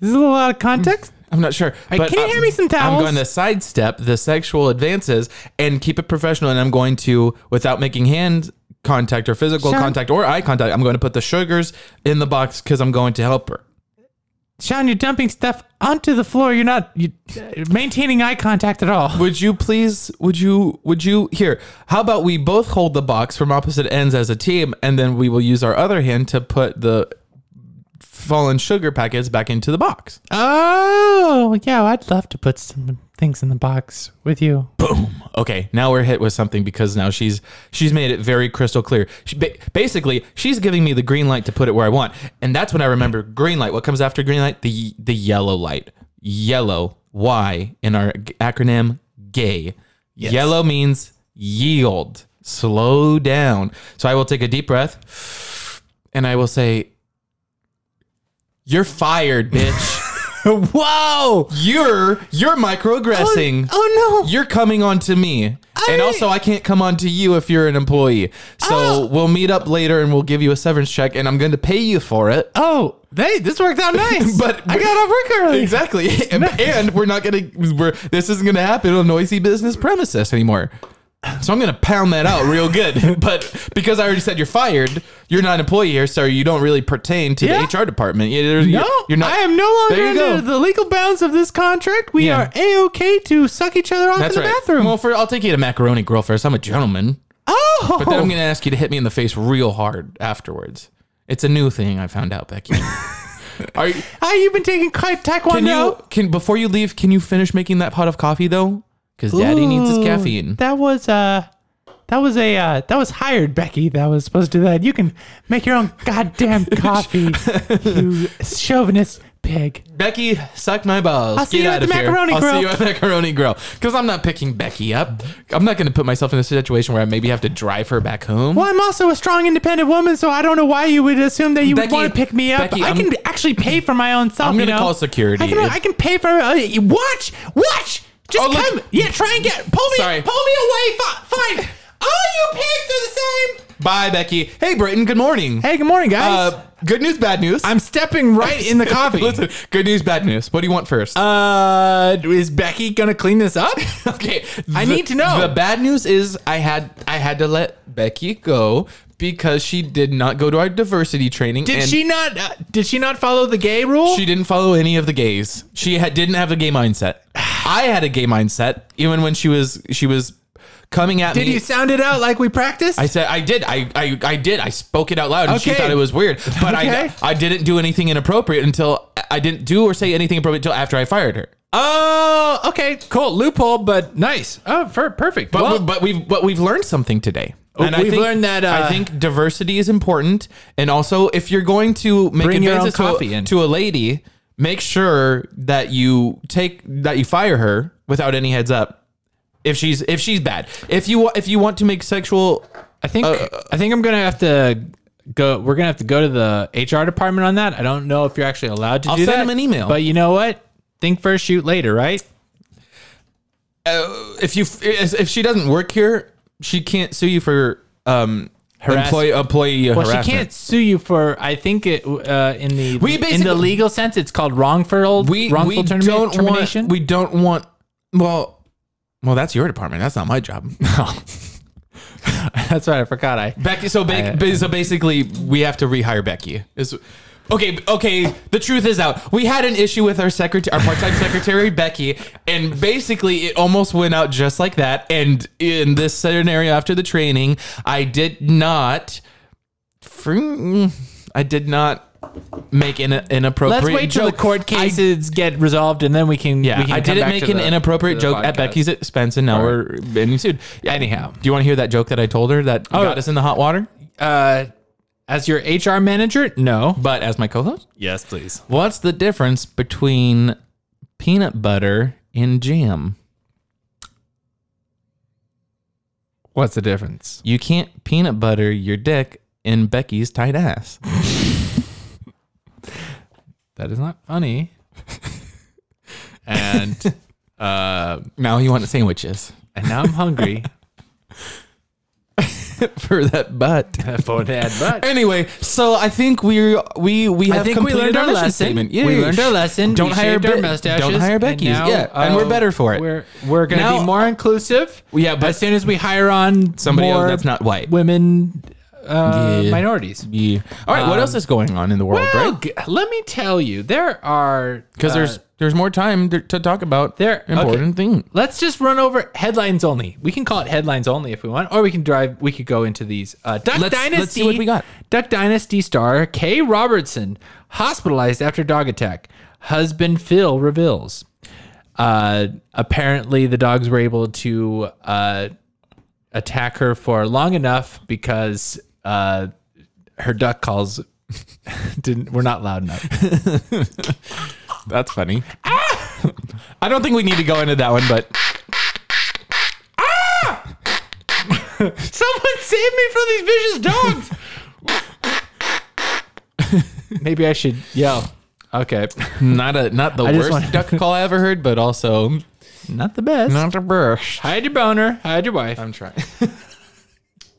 S2: This is a lot of context.
S3: I'm not sure. but
S2: can you
S3: I'm-
S2: hand me some
S3: I'm
S2: towels?
S3: going to sidestep the sexual advances and keep it professional. And I'm going to, without making hand contact or physical
S2: Sean.
S3: contact or eye contact, I'm going to put the sugars in the box because I'm going to help her.
S2: Sean, you're dumping stuff onto the floor. You're not you, uh, maintaining eye contact at all.
S3: Would you please? Would you? Would you? Here, how about we both hold the box from opposite ends as a team, and then we will use our other hand to put the fallen sugar packets back into the box.
S2: Oh, yeah, I'd love to put some things in the box with you.
S3: okay, now we're hit with something because now she's she's made it very crystal clear. She, ba- basically, she's giving me the green light to put it where I want, and that's when I remember green light. What comes after green light? The the yellow light. Yellow. Y in our g- acronym gay. Yellow means yield. Slow down. So I will take a deep breath, and I will say, "You're fired, bitch.
S2: *laughs* Whoa!
S3: you're you're microaggressing."
S2: Oh no!
S3: *laughs* You're coming on to me. and also, I can't come on to you if you're an employee. So
S2: Ah.
S3: we'll meet up later and we'll give you a severance check and I'm going to pay you for it.
S2: Oh, hey, this
S3: *laughs*
S2: worked out nice.
S3: But-
S2: I got off work early.
S3: Exactly. *laughs* and, and we're not going to, we're, this isn't going to happen on noisy business premises anymore. So I'm going to pound that out real
S2: *laughs*
S3: good. but because I already said you're fired, you're not an employee here. So you don't really pertain to
S2: Yeah.
S3: the HR department. You- You're,
S2: No,
S3: you're not.
S2: I am no longer
S3: There you
S2: under
S3: go.
S2: the legal bounds of this contract. We
S3: Yeah.
S2: are a okay to suck each other off
S3: That's
S2: in the
S3: right.
S2: bathroom.
S3: Well, for, I'll take you to Macaroni Grill first. I'm a gentleman.
S2: oh,
S3: But then I'm going to ask you to hit me in the face real hard afterwards. It's a new thing I found out, *laughs* Becky. Are you,
S2: Hi, ah, you've been taking ki- taekwondo.
S3: can you can before you leave? Can you finish making that pot of coffee though? Because Daddy needs his
S2: Ooh,
S3: caffeine.
S2: That was uh that was a uh, that was hired Becky that was supposed to do that. You can make your own
S3: *laughs*
S2: goddamn coffee, you chauvinist pig.
S3: Becky, suck my balls.
S2: I'll see you at
S3: out
S2: the
S3: of here.
S2: Macaroni
S3: I'll
S2: Grill.
S3: see you at Macaroni Grill. Because I'm not picking Becky up. I'm not going to put myself in a situation where I maybe have to drive her back home.
S2: Well, I'm also a strong, independent woman, so I don't know why you would assume that you
S3: Becky-
S2: would want to pick me up.
S3: Becky,
S2: I
S3: I'm-
S2: can actually pay for my own self.
S3: I'm gonna
S2: you know?
S3: call security.
S2: I can,
S3: It's-
S2: I can pay for. Uh, you- watch, watch. Just
S3: Oh, look.
S2: come. Yeah, try and get. Pull me.
S3: Sorry.
S2: Pull me away. Fi- Fine.
S3: *laughs*
S2: All you pigs are the same.
S3: Bye, Becky. Hey, Britton. Good morning.
S2: Hey, good morning, guys.
S3: Uh, good news, bad news.
S2: I'm stepping right *laughs* in the coffee.
S3: Listen, good news, bad news. What do you want first?
S2: Uh, is Becky gonna clean this *laughs* up?
S3: *laughs* okay,
S2: I
S3: the-
S2: need to know.
S3: The bad news is I had I had to let Becky go because she did not go to our diversity training.
S2: Did
S3: and
S2: she not? Uh, did she not follow the gay rule?
S3: She didn't follow any of the gays. She had, didn't have a gay mindset. *sighs* I had a gay mindset even when she was she was coming at
S2: did
S3: me.
S2: you sound it out like we practiced?
S3: I said I did. I, I I did. I spoke it out loud, and she
S2: Okay.
S3: thought it was weird. But
S2: Okay.
S3: I I didn't do anything inappropriate until I didn't do or say anything appropriate until after I fired her.
S2: oh, okay, cool loophole, but nice. Oh, per- perfect.
S3: But,
S2: well,
S3: we, but we've but we've learned something today.
S2: Oh,
S3: I
S2: we've
S3: think-
S2: learned that, uh,
S3: I think diversity is important, and also if you're going to make
S2: Bring your own
S3: advances to,
S2: coffee in.
S3: a, to a lady, make sure that you take that you fire her without any heads up. If she's if she's bad, if you wa- if you want to make sexual,
S2: I think I think I'm gonna have to go. We're gonna have to go to the HR department on that. I don't know if you're actually allowed to
S3: I'll
S2: do
S3: send
S2: that.
S3: them an email.
S2: But you know what? Think first, shoot later, right?
S3: uh, if you if she doesn't work here, she can't sue you for um
S2: Harass-
S3: employee employee
S2: Well,
S3: harassment.
S2: she can't sue you for. I think it uh, in the
S3: We
S2: in the
S3: basically-
S2: legal sense, it's called wrongful
S3: we
S2: wrongful
S3: we
S2: termi-
S3: don't
S2: termination.
S3: want we don't want well well that's your department that's not my job
S2: *laughs*
S3: *laughs*
S2: That's right. I forgot. I
S3: becky so, ba- ba- so basically we have to rehire becky is okay okay the truth is out we had an issue with our secretary our
S2: *laughs*
S3: part-time secretary becky and basically it almost went out just like that and in this scenario after the training i did not fr- i did not make an inappropriate
S2: let's wait till the
S3: joke.
S2: court
S3: I
S2: cases get resolved, and then we can.
S3: Yeah,
S2: we can
S3: I
S2: come
S3: didn't
S2: back
S3: make
S2: to
S3: an
S2: the-
S3: inappropriate
S2: to the
S3: joke at
S2: podcast.
S3: Becky's expense, and now we're being sued. Anyhow, do you want to hear that joke that I told her that
S2: Oh.
S3: got us in the hot water?
S2: Uh, as your HR manager, no.
S3: But as my co-host,
S2: Yes, please.
S3: what's the difference between peanut butter and jam?
S2: What's the difference?
S3: You can't peanut butter your dick in Becky's tight ass.
S2: That is not funny. and uh,
S3: *laughs* Now you want sandwiches.
S2: *laughs* and now I'm hungry.
S3: for that butt.
S2: for that butt.
S3: Anyway, so I think we we we
S2: I
S3: have
S2: think we
S3: completed
S2: learned our
S3: mission
S2: lesson.
S3: Statement.
S2: We learned our lesson.
S3: Don't
S2: We
S3: hire
S2: shaved our
S3: Be-
S2: mustaches.
S3: Don't hire Becky's.
S2: now,
S3: yeah, and
S2: uh,
S3: we're better for it.
S2: We're we're gonna
S3: Now-
S2: be more inclusive.
S3: Yeah, but-
S2: as soon as we hire on
S3: Somebody else
S2: more
S3: that's not white.
S2: women, uh,
S3: Yeah.
S2: minorities.
S3: Yeah. All right. what
S2: Um,
S3: else is going on in the world,
S2: Well,
S3: right?
S2: g- let me tell you, there are
S3: Because
S2: uh,
S3: there's there's more time to, to talk about
S2: There-
S3: important thing.
S2: Mm. Let's just run over headlines only. We can call it headlines only if we want, or we can drive. We could go into these. Uh, Duck
S3: Let's-
S2: Dynasty.
S3: let's see what we got.
S2: Duck Dynasty star Kay Robertson hospitalized after dog attack. Husband Phil reveals. Uh, apparently, the dogs were able to uh, attack her for long enough because uh, her duck calls *laughs* didn't were not loud enough.
S3: That's funny.
S2: Ah!
S3: *laughs* I don't think we need to go into that one, but
S2: Someone save me from these vicious dogs. *laughs* Maybe I should yell. Okay. *laughs*
S3: not a not the
S2: I
S3: worst
S2: just wanna-
S3: duck call I ever heard, but also
S2: *laughs* Not the best.
S3: not the worst.
S2: Hide your boner. Hide your wife.
S3: I'm trying.
S2: Um,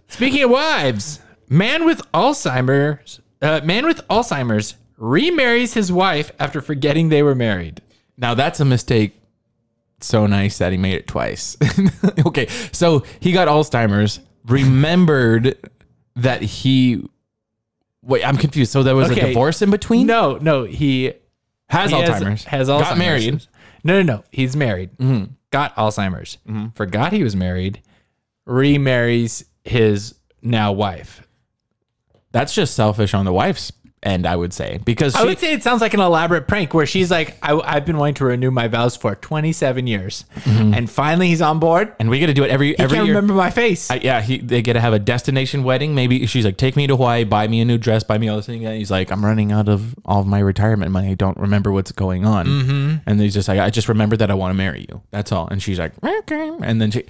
S2: Speaking of wives, man with Alzheimer's, uh, man with Alzheimer's remarries his wife after forgetting they were married.
S3: Now that's a mistake. So nice that he made it twice. *laughs* okay, so he got Alzheimer's. Remembered that he. Wait, I'm confused. So there was a
S2: Okay.
S3: divorce in between.
S2: No, no, he
S3: has
S2: he
S3: Alzheimer's.
S2: Has, Alzheimer's. Mm-hmm.
S3: Got married.
S2: No, no, no. He's married. Got Alzheimer's. Forgot he was married. Remarries his now wife.
S3: That's just selfish on the wife's end, I would say, because
S2: I
S3: she-
S2: would say it sounds like an elaborate prank where she's like, I, have been wanting to renew my vows for 27 years. And finally he's on board.
S3: and we got to do it every Mm-hmm.
S2: I
S3: every
S2: can't
S3: year.
S2: remember my face.
S3: I, yeah, he, they get to have a destination wedding. Maybe she's like, "Take me to Hawaii, buy me a new dress, buy me all this thing." And he's like, "I'm running out of all of my retirement money. I don't remember what's going on." Mm-hmm. And he's just like, "I just remember that I want to marry you. That's all." And she's like, "Okay." And then she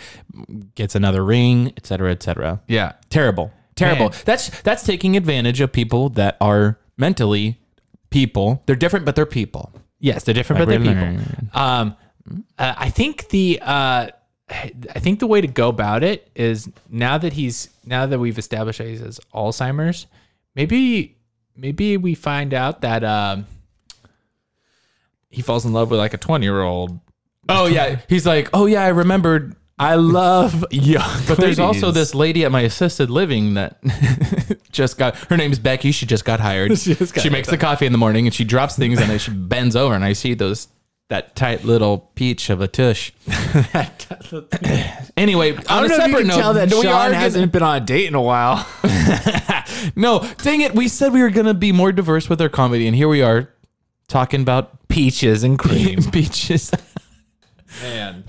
S3: gets another ring, et cetera, et cetera.
S2: yeah.
S3: Terrible, terrible.
S2: Man.
S3: That's that's taking advantage of people that are mentally people. They're different, but they're people.
S2: Yes, they're different, but
S3: Like,
S2: they're
S3: really?
S2: people. Um, uh, I think the uh, I think the way to go about it is now that he's now that we've established that he has Alzheimer's, maybe maybe we find out that um, he falls in love with like a twenty year old.
S3: Oh yeah, he's like, "Oh yeah, I remembered."
S2: I love young,
S3: But there's also
S2: *laughs*
S3: this lady at my assisted living that *laughs* just got her name's Becky. She just got
S2: *laughs*
S3: hired. she
S2: just got
S3: makes the coffee in the morning and she drops things and then she bends over and I see those that tight little peach of a tush. Anyway, on
S2: I
S3: a
S2: don't know if you
S3: separate
S2: can
S3: note,
S2: tell that
S3: Sean
S2: Sean
S3: hasn't.
S2: hasn't been on a date in a while. *laughs*
S3: No, dang it! We said we were gonna be more diverse with our comedy, and here we are talking about
S2: Peaches and *laughs* cream,
S3: peaches.
S2: man.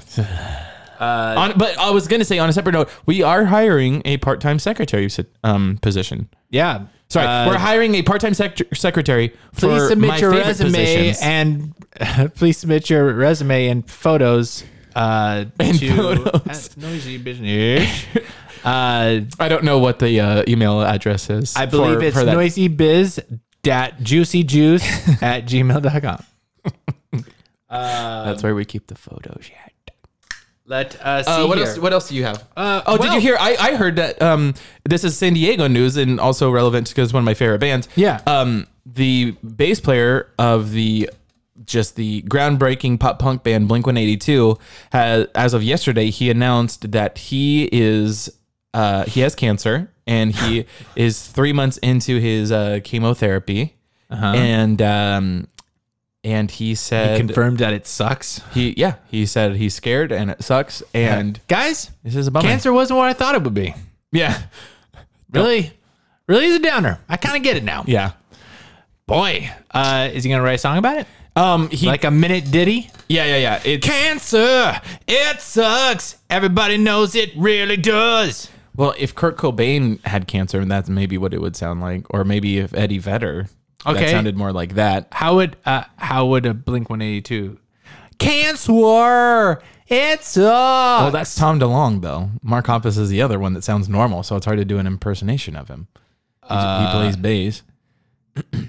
S2: Uh,
S3: on, but I was gonna say on a separate note, we are hiring a part-time secretary um, position.
S2: Yeah,
S3: Sorry,
S2: Uh,
S3: we're hiring a part-time sec- secretary.
S2: please
S3: for my
S2: submit your
S3: favorite
S2: resume
S3: positions.
S2: and *laughs* please submit your resume and photos uh and to
S3: photos.
S2: at noisy business *laughs* uh
S3: I don't know what the uh, email address is.
S2: i believe
S3: for-
S2: it's
S3: for that.
S2: noisybiz dat *laughs* juicyjuice at gmail.com
S3: That's where we keep the photos. Yet.
S2: let us see
S3: Uh, what
S2: here.
S3: else? What else do you have?
S2: Uh,
S3: oh, did
S2: well-
S3: you hear? I, I heard that um, this is San Diego news and also relevant because it's one of my favorite bands.
S2: Yeah.
S3: Um, the bass player of the just the groundbreaking pop punk band Blink One Eighty Two has, as of yesterday, he announced that he is uh, he has cancer and *laughs* he is three months into his uh, chemotherapy, and um, and Uh-huh. he said
S2: confirmed that it sucks
S3: he yeah he said he's scared and it sucks and
S2: guys
S3: this is a bummer.
S2: cancer wasn't what i thought it would be
S3: Yeah.
S2: really really is a downer i kind of get it now
S3: Yeah.
S2: boy uh is he gonna write a song about it
S3: Um. He.
S2: like a minute ditty
S3: yeah. Yeah. Yeah. It.
S2: Cancer, it sucks. Everybody knows it really does.
S3: Well, if Kurt Cobain had cancer, that's maybe what it would sound like, or maybe if Eddie Vedder. That
S2: Okay.
S3: sounded more like that.
S2: How would uh, how would a Blink One Eighty Two? Cancer, it sucks.
S3: Well, that's Tom DeLonge though. Mark Hoppus is the other one that sounds normal, so it's hard to do an impersonation of him. He's-
S2: Uh,
S3: he plays bass.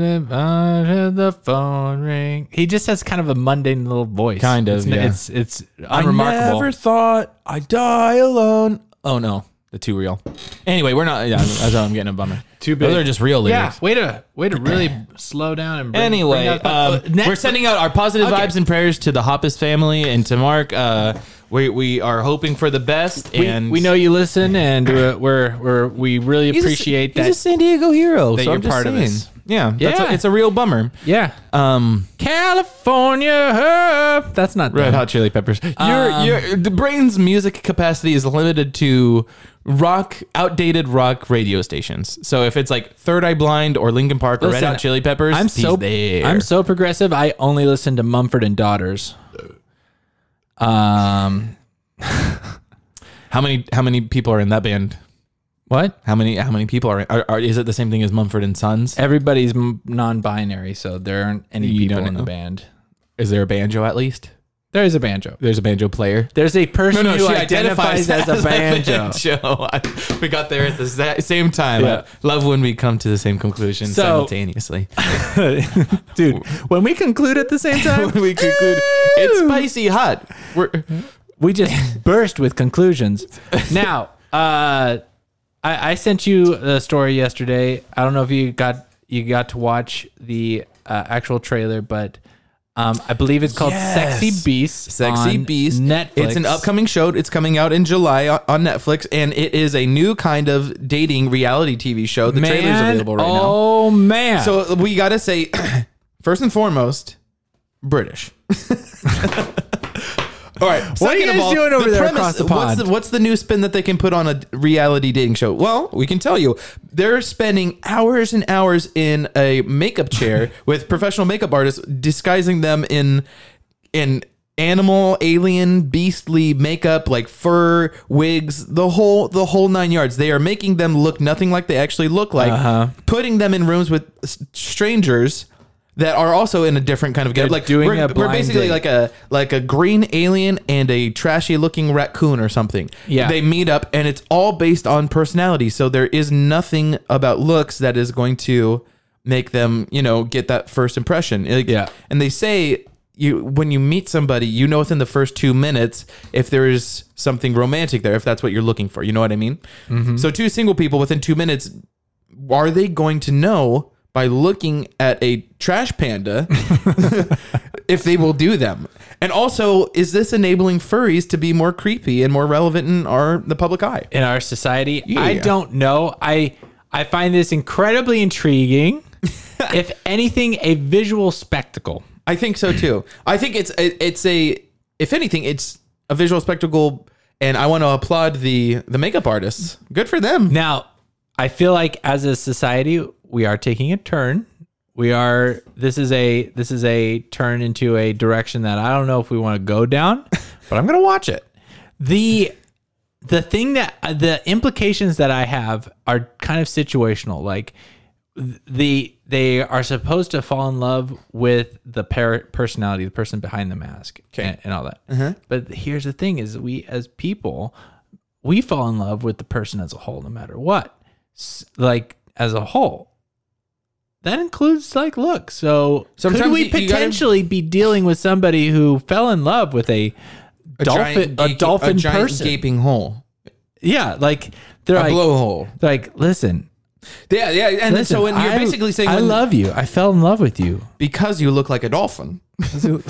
S2: the phone ring. He just has kind of a mundane little voice.
S3: Kind of,
S2: It's n-
S3: yeah.
S2: It's it's unremarkable.
S3: thought I'd die alone. Oh no, the two real. Anyway, we're not. Yeah, that's how I'm getting a
S2: *laughs*
S3: bummer.
S2: Too big.
S3: Those are just real
S2: Yeah,
S3: lyrics.
S2: way to way to
S3: *clears throat*
S2: really slow down and bring,
S3: Anyway,
S2: bring out the-
S3: um,
S2: uh, next-
S3: we're sending out our positive
S2: Okay.
S3: vibes and prayers to the Hoppus family and to Mark. Uh, we we are hoping for the best,
S2: We,
S3: and
S2: we know you listen, and uh, we're we're we really
S3: He's a-
S2: appreciate that.
S3: He's a San Diego hero.
S2: that
S3: so
S2: you're
S3: I'm just
S2: part of
S3: saying.
S2: this.
S3: Yeah, that's
S2: Yeah.
S3: a, it's a real bummer.
S2: yeah,
S3: Um,
S2: California. herb. That's not
S3: Red
S2: them.
S3: Hot Chili Peppers.
S2: Um,
S3: your your the brain's music capacity is limited to rock, outdated rock radio stations. So if it's like Third Eye Blind or Linkin Park or Red
S2: Listen,
S3: Hot Chili Peppers,
S2: I'm
S3: he's
S2: so
S3: there.
S2: I'm so progressive. I only listen to Mumford and Daughters. Um,
S3: how many how many people are in that band?
S2: what?
S3: How many how many people are, in, are, are is it the same thing as Mumford and Sons?
S2: Everybody's m- non-binary, so there aren't any
S3: You
S2: people
S3: don't
S2: in the
S3: know.
S2: band.
S3: Is there a banjo at least?
S2: There is a banjo.
S3: There's a banjo player.
S2: There's a person
S3: No, no,
S2: who
S3: she
S2: identifies,
S3: *laughs* identifies,
S2: as a banjo.
S3: banjo. *laughs* I- we got there at the sa- same time.
S2: Yeah.
S3: I love when we come to the same conclusion *laughs*
S2: So-
S3: simultaneously.
S2: Dude, when we conclude at
S3: *laughs*
S2: the same time,
S3: we conclude it's spicy hot. We're,
S2: we just burst with conclusions. Now, uh, I, I sent you a story yesterday. I don't know if you got you got to watch the uh, actual trailer, but um, I believe it's called
S3: Yes.
S2: Sexy Beast.
S3: Sexy
S2: on
S3: Beast.
S2: Netflix.
S3: It's an upcoming show. It's coming out in July on, on Netflix, and it is a new kind of dating reality TV show. The trailer's
S2: Man,
S3: available right now.
S2: Oh man! So
S3: So uh, we gotta say, *clears throat* first and foremost, British. *laughs* All right.
S2: What are you
S3: second of
S2: guys
S3: all,
S2: doing over
S3: the
S2: there across the pond?
S3: What's the, what's the new spin that they can put on a reality dating show? Well, we can tell you. They're spending hours and hours in a makeup
S2: *laughs*
S3: chair with professional makeup artists disguising them in in animal, alien, beastly makeup, like fur, wigs, the whole the whole nine yards. They are making them look nothing like they actually look like.
S2: Uh-huh.
S3: Putting them in rooms with s- strangers that are also in a different kind of getup. Like
S2: doing
S3: we're,
S2: a
S3: we're
S2: blind
S3: basically
S2: date.
S3: like a like a green alien and a trashy looking raccoon or something.
S2: Yeah.
S3: they meet up and it's all based on personality. So there is nothing about looks that is going to make them you know get that first impression. Like,
S2: Yeah.
S3: and they say you when you meet somebody, you know within the first two minutes if there is something romantic there, if that's what you're looking for. You know what I mean? So two single people within two minutes, are they going to know by looking at a trash panda if they will do them? And also, is this enabling furries to be more creepy and more relevant in our the public eye?
S2: in our society, I
S3: Yeah.
S2: don't know. I I find this incredibly
S3: *laughs*
S2: intriguing. if anything, a visual spectacle.
S3: I think so too. I think it's it, it's a if anything it's a visual spectacle, and I want to applaud the the makeup artists. Good for them.
S2: Now, I feel like as a society, we are taking a turn. We are this is a this is a turn into a direction that I don't know if we want to go down, *laughs* but I'm going to watch it. The the thing that the implications that I have are kind of situational. Like the they are supposed to fall in love with the per- personality, the person behind the mask, and, and all that.
S3: Uh-huh.
S2: But here's the thing: is we as people, we fall in love with the person as a whole, no matter what. S- like as a whole, that includes like look. So could
S3: Sometimes
S2: we
S3: you- you gotta-
S2: potentially be dealing with somebody who fell in love with a, dolphin,
S3: giant
S2: a
S3: gaping-
S2: dolphin
S3: a giant
S2: person?
S3: gaping hole,
S2: Yeah, like they're
S3: a
S2: like,
S3: blowhole.
S2: they're like listen.
S3: Yeah, yeah. And
S2: Listen,
S3: so when you're
S2: I-
S3: basically saying,
S2: I
S3: when-
S2: love you. I fell in love with you.
S3: because you look like a *laughs* dolphin,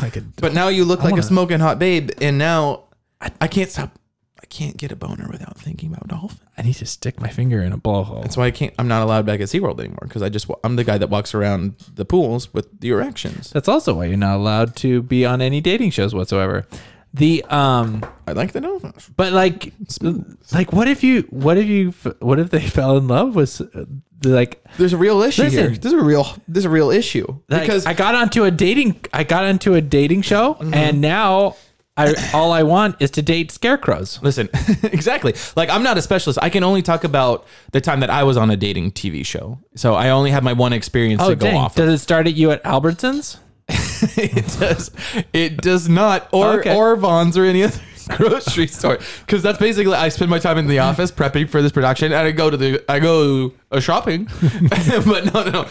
S2: like a
S3: but now you look like
S2: wanna-
S3: a smoking hot babe, and now I, I can't stop. I can't get a boner without thinking about dolphins.
S2: I need to stick my finger in a blowhole.
S3: That's why I can't. I'm not allowed back at SeaWorld anymore because I just wa- I'm the guy that walks around the pools with the erections.
S2: That's also why you're not allowed to be on any dating shows whatsoever. The um,
S3: I like the dolphins.
S2: but like, like, what if you, what if you, what if they *laughs* fell in love with, uh, like,
S3: There's a real issue here.
S2: Listen.
S3: There's a real there's a real issue
S2: like,
S3: because
S2: I got onto a dating, I got onto a dating show, and now I all I want is to date scarecrows.
S3: Listen, *laughs* exactly. Like I'm not a specialist. I can only talk about the time that I was on a dating TV show. So I only have my one experience
S2: Oh
S3: to go
S2: dang!
S3: off.
S2: Does it start at you at Albertsons?
S3: *laughs* it does. It does not. Or
S2: Okay.
S3: or Vons or any *laughs* other grocery store. Because that's basically I spend my time in the office prepping for this production, and I go to the I go uh, shopping, *laughs* but no, no.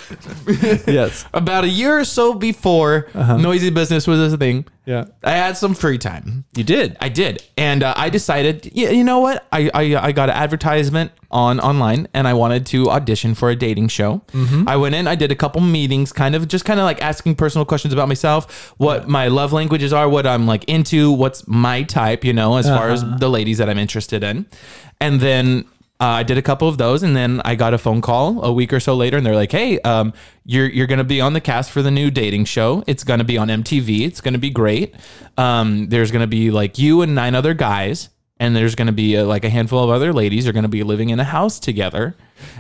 S2: Yes.
S3: About a year or so before Noisy Business was a thing,
S2: Yeah.
S3: I had some free time.
S2: You did.
S3: I did, and uh, I decided, you, you know what? I, I I got an advertisement on online, and I wanted to audition for a dating show.
S2: Mm-hmm.
S3: I went in, I did a couple meetings, kind of just kind of like asking personal questions about myself, what my love languages are, what I'm like into, what's my type, you know, as far as
S2: Uh-huh.
S3: the ladies that I'm interested in, and then. Uh, I did a couple of those, and then I got a phone call a week or so later, and they're like, "Hey, um, you're you're gonna be on the cast for the new dating show. It's gonna be on MTV. It's gonna be great. Um, there's gonna be like you and nine other guys, and there's gonna be uh like a handful of other ladies. You're gonna be living in a house together,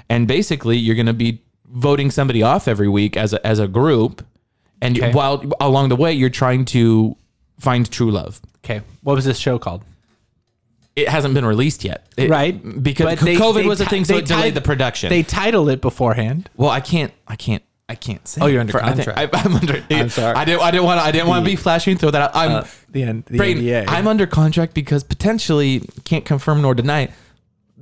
S3: and basically you're gonna be voting somebody off every week as a, as a group, and
S2: Okay.
S3: while along the way you're trying to find true love.
S2: Okay. What was this show called?
S3: It hasn't been released yet, It-
S2: Right.
S3: Because
S2: But they-
S3: COVID
S2: they
S3: was a
S2: ti-
S3: thing, so
S2: they
S3: it delayed
S2: tied-
S3: the production.
S2: They title it beforehand.
S3: Well, I can't. I can't. I can't say.
S2: Oh, you're under
S3: I think-
S2: contract.
S3: I, am under.
S2: I'm sorry.
S3: I didn't. I didn't want. I didn't want to be flashy and throw that out. I'm.
S2: The end. The
S3: Brayden,
S2: NDA.
S3: I'm under contract because potentially can't confirm nor deny.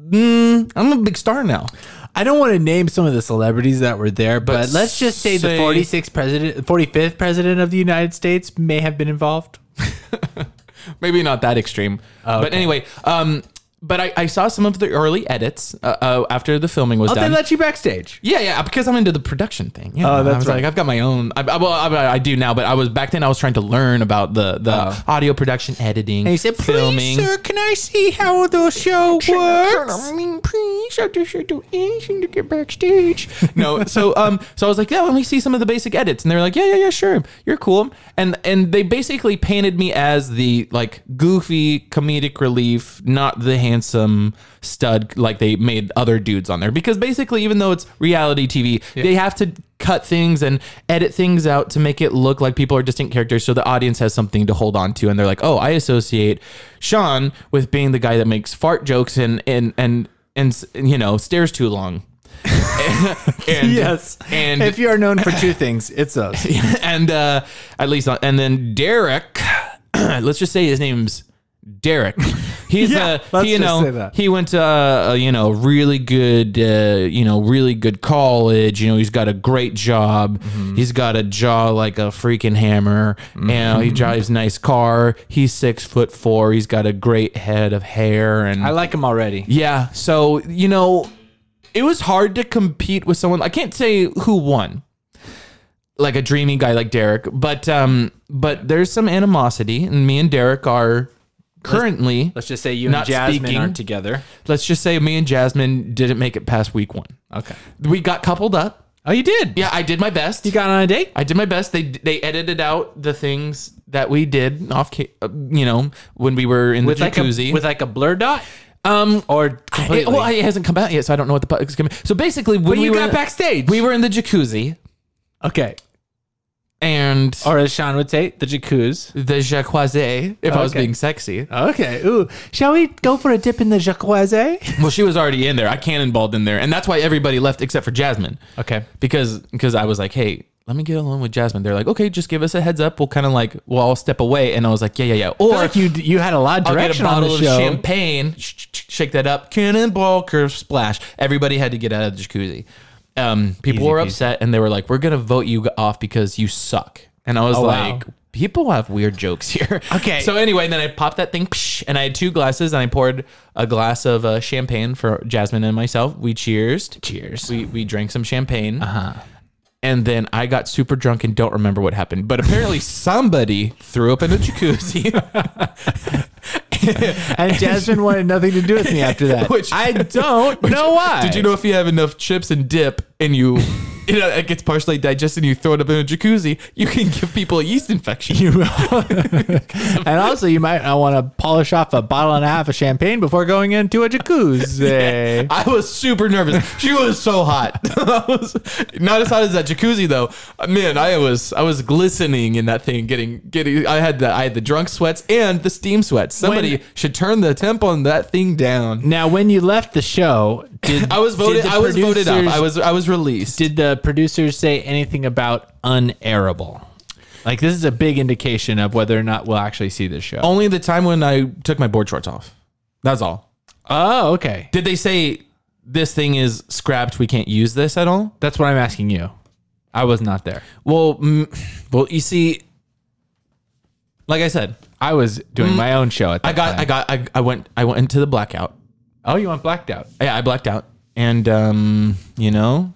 S3: Mm, I'm a big star now. *laughs*
S2: I don't want to name some of the celebrities that were there, but,
S3: But
S2: let's just say, the
S3: say-
S2: 46th president, 45th president of the United States may have been *laughs* involved.
S3: Maybe not that extreme. But anyway, um, but I, I saw some of the early edits uh, uh, after the filming was
S2: Oh, they
S3: done.
S2: let you backstage.
S3: Yeah, yeah, because I'm into the production thing. Yeah,
S2: Oh, that's
S3: I was
S2: right.
S3: like, I've got my own. I, I- well, I, I do now, but I was back then. I was trying to learn about the the audio production, editing,
S2: Oh. And he said,
S3: filming.
S2: "Please, sir, can I see how the show works?"
S3: please, I just do anything to get backstage. no, so um, so I was like, yeah, let me see some of the basic edits, and they were like, yeah, yeah, yeah, sure, you're cool, and and they basically painted me as the like goofy comedic relief, not the handsome stud like they made other dudes on there, because basically, even though it's reality TV, they have to cut things and edit things out to make it look like people are distinct characters so the audience has something to hold on to and they're like oh i associate sean with being the guy that makes fart jokes and and and and, s- and, you know stares too long *laughs* and,
S2: Yes.
S3: and
S2: if you are known for *laughs* two things, it's us.
S3: *laughs* and uh at least not, and then derek *clears throat* let's just say his name's derek he's
S2: Yeah,
S3: uh
S2: let's
S3: he, you
S2: just
S3: know
S2: say that.
S3: he went to uh, you know really good uh, you know really good college you know he's got a great job
S2: Mm-hmm.
S3: he's got a jaw like a freaking hammer you know
S2: Mm-hmm.
S3: he drives nice car he's six foot four he's got a great head of hair and
S2: I like him already.
S3: yeah. So, you know, it was hard to compete with someone. I can't say who won. Like a dreamy guy like Derek, but um but there's some animosity and me and Derek are currently let's,
S2: Let's just say you
S3: Not
S2: and Jasmine
S3: speaking.
S2: aren't together.
S3: just say me and Jasmine didn't make it past week 1.
S2: Okay.
S3: We got coupled up.
S2: Oh, you did.
S3: Yeah, I did my best.
S2: You got on a date.
S3: I did my best. They they edited out the things that we did off ca- uh, you know when we were in
S2: with
S3: the
S2: like
S3: jacuzzi
S2: a with like a blur dot. Um, or completely.
S3: It, well, it hasn't come out yet, so I don't know what the pu- it's coming. So basically, when
S2: but
S3: we
S2: you
S3: were
S2: got
S3: in-
S2: backstage.
S3: we were in the jacuzzi
S2: okay.
S3: and
S2: Or as Sean would say, the jacuzzi.
S3: the jacuzzi. If I was
S2: Okay.
S3: being sexy,
S2: Okay. Ooh. Shall we go for a dip in the jacuzzi?
S3: well, she was already in there. I cannonballed in there, and that's why everybody left except for Jasmine.
S2: *laughs* Okay.
S3: because because I was like, hey. Let me get along with Jasmine. They're like, okay, just give us a heads up. We'll kind of like, we'll all step away. And I was like, yeah, yeah, yeah. Or
S2: Or like you you had a lot of
S3: I'll get a
S2: direction
S3: bottle
S2: on
S3: of
S2: the show.
S3: champagne, sh- sh- shake that up, cannonball, curve, splash. Everybody had to get out of the jacuzzi. Um, people
S2: Easy
S3: were
S2: peasy.
S3: upset and they were like, "We're gonna vote you off because you suck." And I was
S2: Oh, wow.
S3: like, "People have weird jokes *laughs* here."
S2: Okay.
S3: So anyway, then I popped that thing, psh, and I had two glasses, and I poured a glass of uh, champagne for Jasmine and myself. We cheers. Cheers. We we drank some champagne. Uh
S2: Uh-huh.
S3: huh. And then I got super drunk and don't remember what happened. But
S2: *laughs*
S3: apparently somebody threw up in the jacuzzi. *laughs*
S2: And Jasmine wanted nothing to do with me after
S3: *laughs*
S2: that.
S3: Which-
S2: I don't know why.
S3: Did you know if you have enough chips and dip and you, you know, it gets partially digested and you throw it up in a jacuzzi, you can give people a yeast infection.
S2: And also, you might not want to polish off a bottle and a half of champagne before going into a jacuzzi.
S3: *laughs* I was super nervous. She was so hot. *laughs* I was not as hot as that jacuzzi though. Uh, Man, I was I was glistening in that thing, getting getting. I had the I had the drunk sweats and the steam sweats. Somebody
S2: When-
S3: should turn the temp on that thing down.
S2: Now, when you left the show, did
S3: *laughs* I was voted.
S2: did the
S3: I was voted up.
S2: producers-
S3: I was I was released.
S2: Did the producers say anything about unairable? Like this is a big indication of whether or not we'll actually see this show.
S3: Only the time when I took my board shorts off. That's all.
S2: Oh, okay.
S3: Did they say this thing is scrapped. We can't use this at all.
S2: That's what I'm asking you. I was not there.
S3: Well, mm, well, you see, like I said,
S2: I was doing my own show at that
S3: I got,
S2: time.
S3: I got, I, I went, I went into the blackout.
S2: oh, you went blacked out.
S3: Yeah, I blacked out, and um, you know,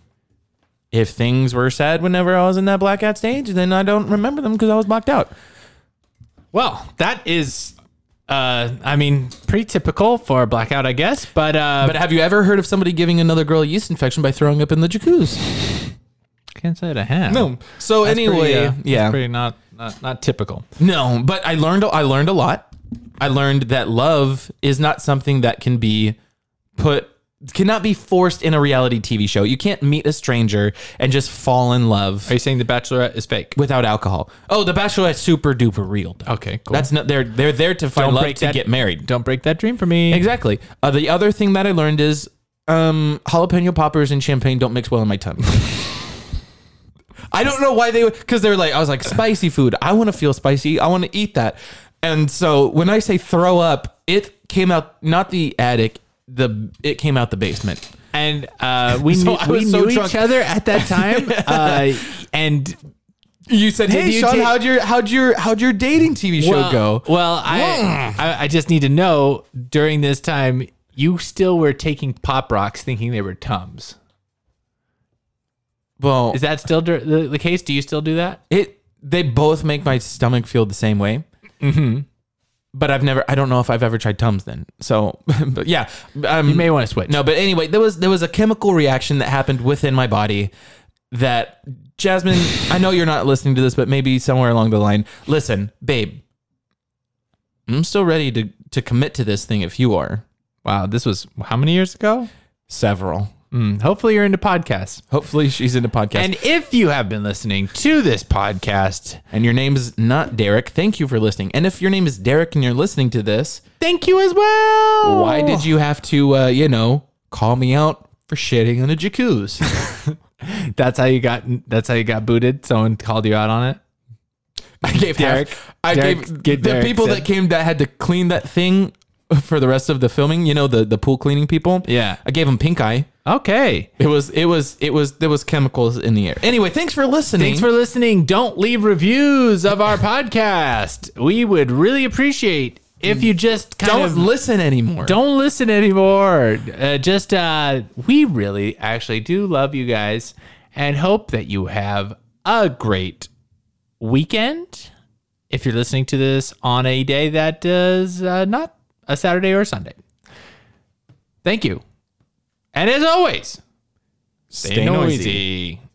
S3: if things were said whenever I was in that blackout stage, then I don't remember them because I was blacked out.
S2: Well, that is, uh, I mean, pretty typical for a blackout, I guess. But, uh,
S3: But have you ever heard of somebody giving another girl a yeast infection by throwing up in the jacuzzi?
S2: can't say it I have.
S3: So
S2: *laughs* That's
S3: anyway,
S2: pretty, uh, that's
S3: yeah.
S2: pretty not, not not typical.
S3: No, but I learned I learned a lot. I learned that love is not something that can be put cannot be forced in a reality TV show. You can't meet a stranger and just fall in love
S2: Are you saying the Bachelorette is fake?
S3: without alcohol. Oh, the Bachelorette's super duper real. Though.
S2: Okay, cool.
S3: That's not they're they're there to find
S2: Don't
S3: love
S2: break
S3: to
S2: that-
S3: get married.
S2: Don't break that dream for me.
S3: Exactly. Uh, the other thing that I learned is um, jalapeno poppers and champagne don't mix well in my tummy. *laughs* I don't know why they would, because they're like, I was like, spicy food. I want to feel spicy. I want to eat that. And so when I say throw up, it came out not the attic, the it came out the basement.
S2: And uh, *laughs* we
S3: So
S2: knew,
S3: I
S2: we
S3: was so
S2: knew
S3: drunk.
S2: each other at *laughs* that time, uh, and
S3: You said,
S2: Did
S3: hey,
S2: you
S3: Sean,
S2: take-
S3: how'd your how'd your how'd your dating TV show
S2: *laughs* well,
S3: go?
S2: Well, I, I I just need to know during this time you still were taking pop rocks, thinking they were tums.
S3: Well,
S2: Is that still dur- the, the case? Do you still do that?
S3: it they both make my stomach feel the same way. Mm-hmm. But I've never I don't know if I've ever tried Tums then. So *laughs* but yeah. Um,
S2: You may want to switch.
S3: no, but anyway, there was there was a chemical reaction that happened within my body that Jasmine, I know you're not listening to this, but maybe somewhere along the line, listen, babe. I'm still ready to to commit to this thing if you are.
S2: Wow, this was how many years ago?
S3: Several.
S2: Hmm, hopefully, you're into podcasts.
S3: Hopefully she's into podcasts.
S2: And if you have been listening to this podcast,
S3: and your name's not Derek. Thank you for listening. And if your name is Derek and you're listening to this,
S2: thank you as well.
S3: Why did you have to, uh, you know, call me out for shitting on a
S2: *laughs*
S3: jacuzzi?
S2: That's how you got. That's how you got booted. Someone called you out on it.
S3: I gave
S2: Derek-
S3: half, *laughs* I
S2: Derek-
S3: gave
S2: get
S3: the
S2: Derek
S3: people
S2: said-
S3: that came that had to clean that thing for the rest of the filming. You know, the the pool cleaning people.
S2: Yeah. Oh.
S3: I gave them pink eye.
S2: Okay.
S3: It was it was it was there was chemicals in the air. Anyway, thanks for listening.
S2: Thanks for listening. Don't leave reviews of our podcast. We would really appreciate if you just kind
S3: don't
S2: of
S3: listen anymore.
S2: don't listen anymore. Uh, just uh, we really actually do love you guys, and hope that you have a great weekend. If you're listening to this on a day that is uh, not a Saturday or a Sunday, thank you. And as always,
S3: stay noisy.
S2: noisy.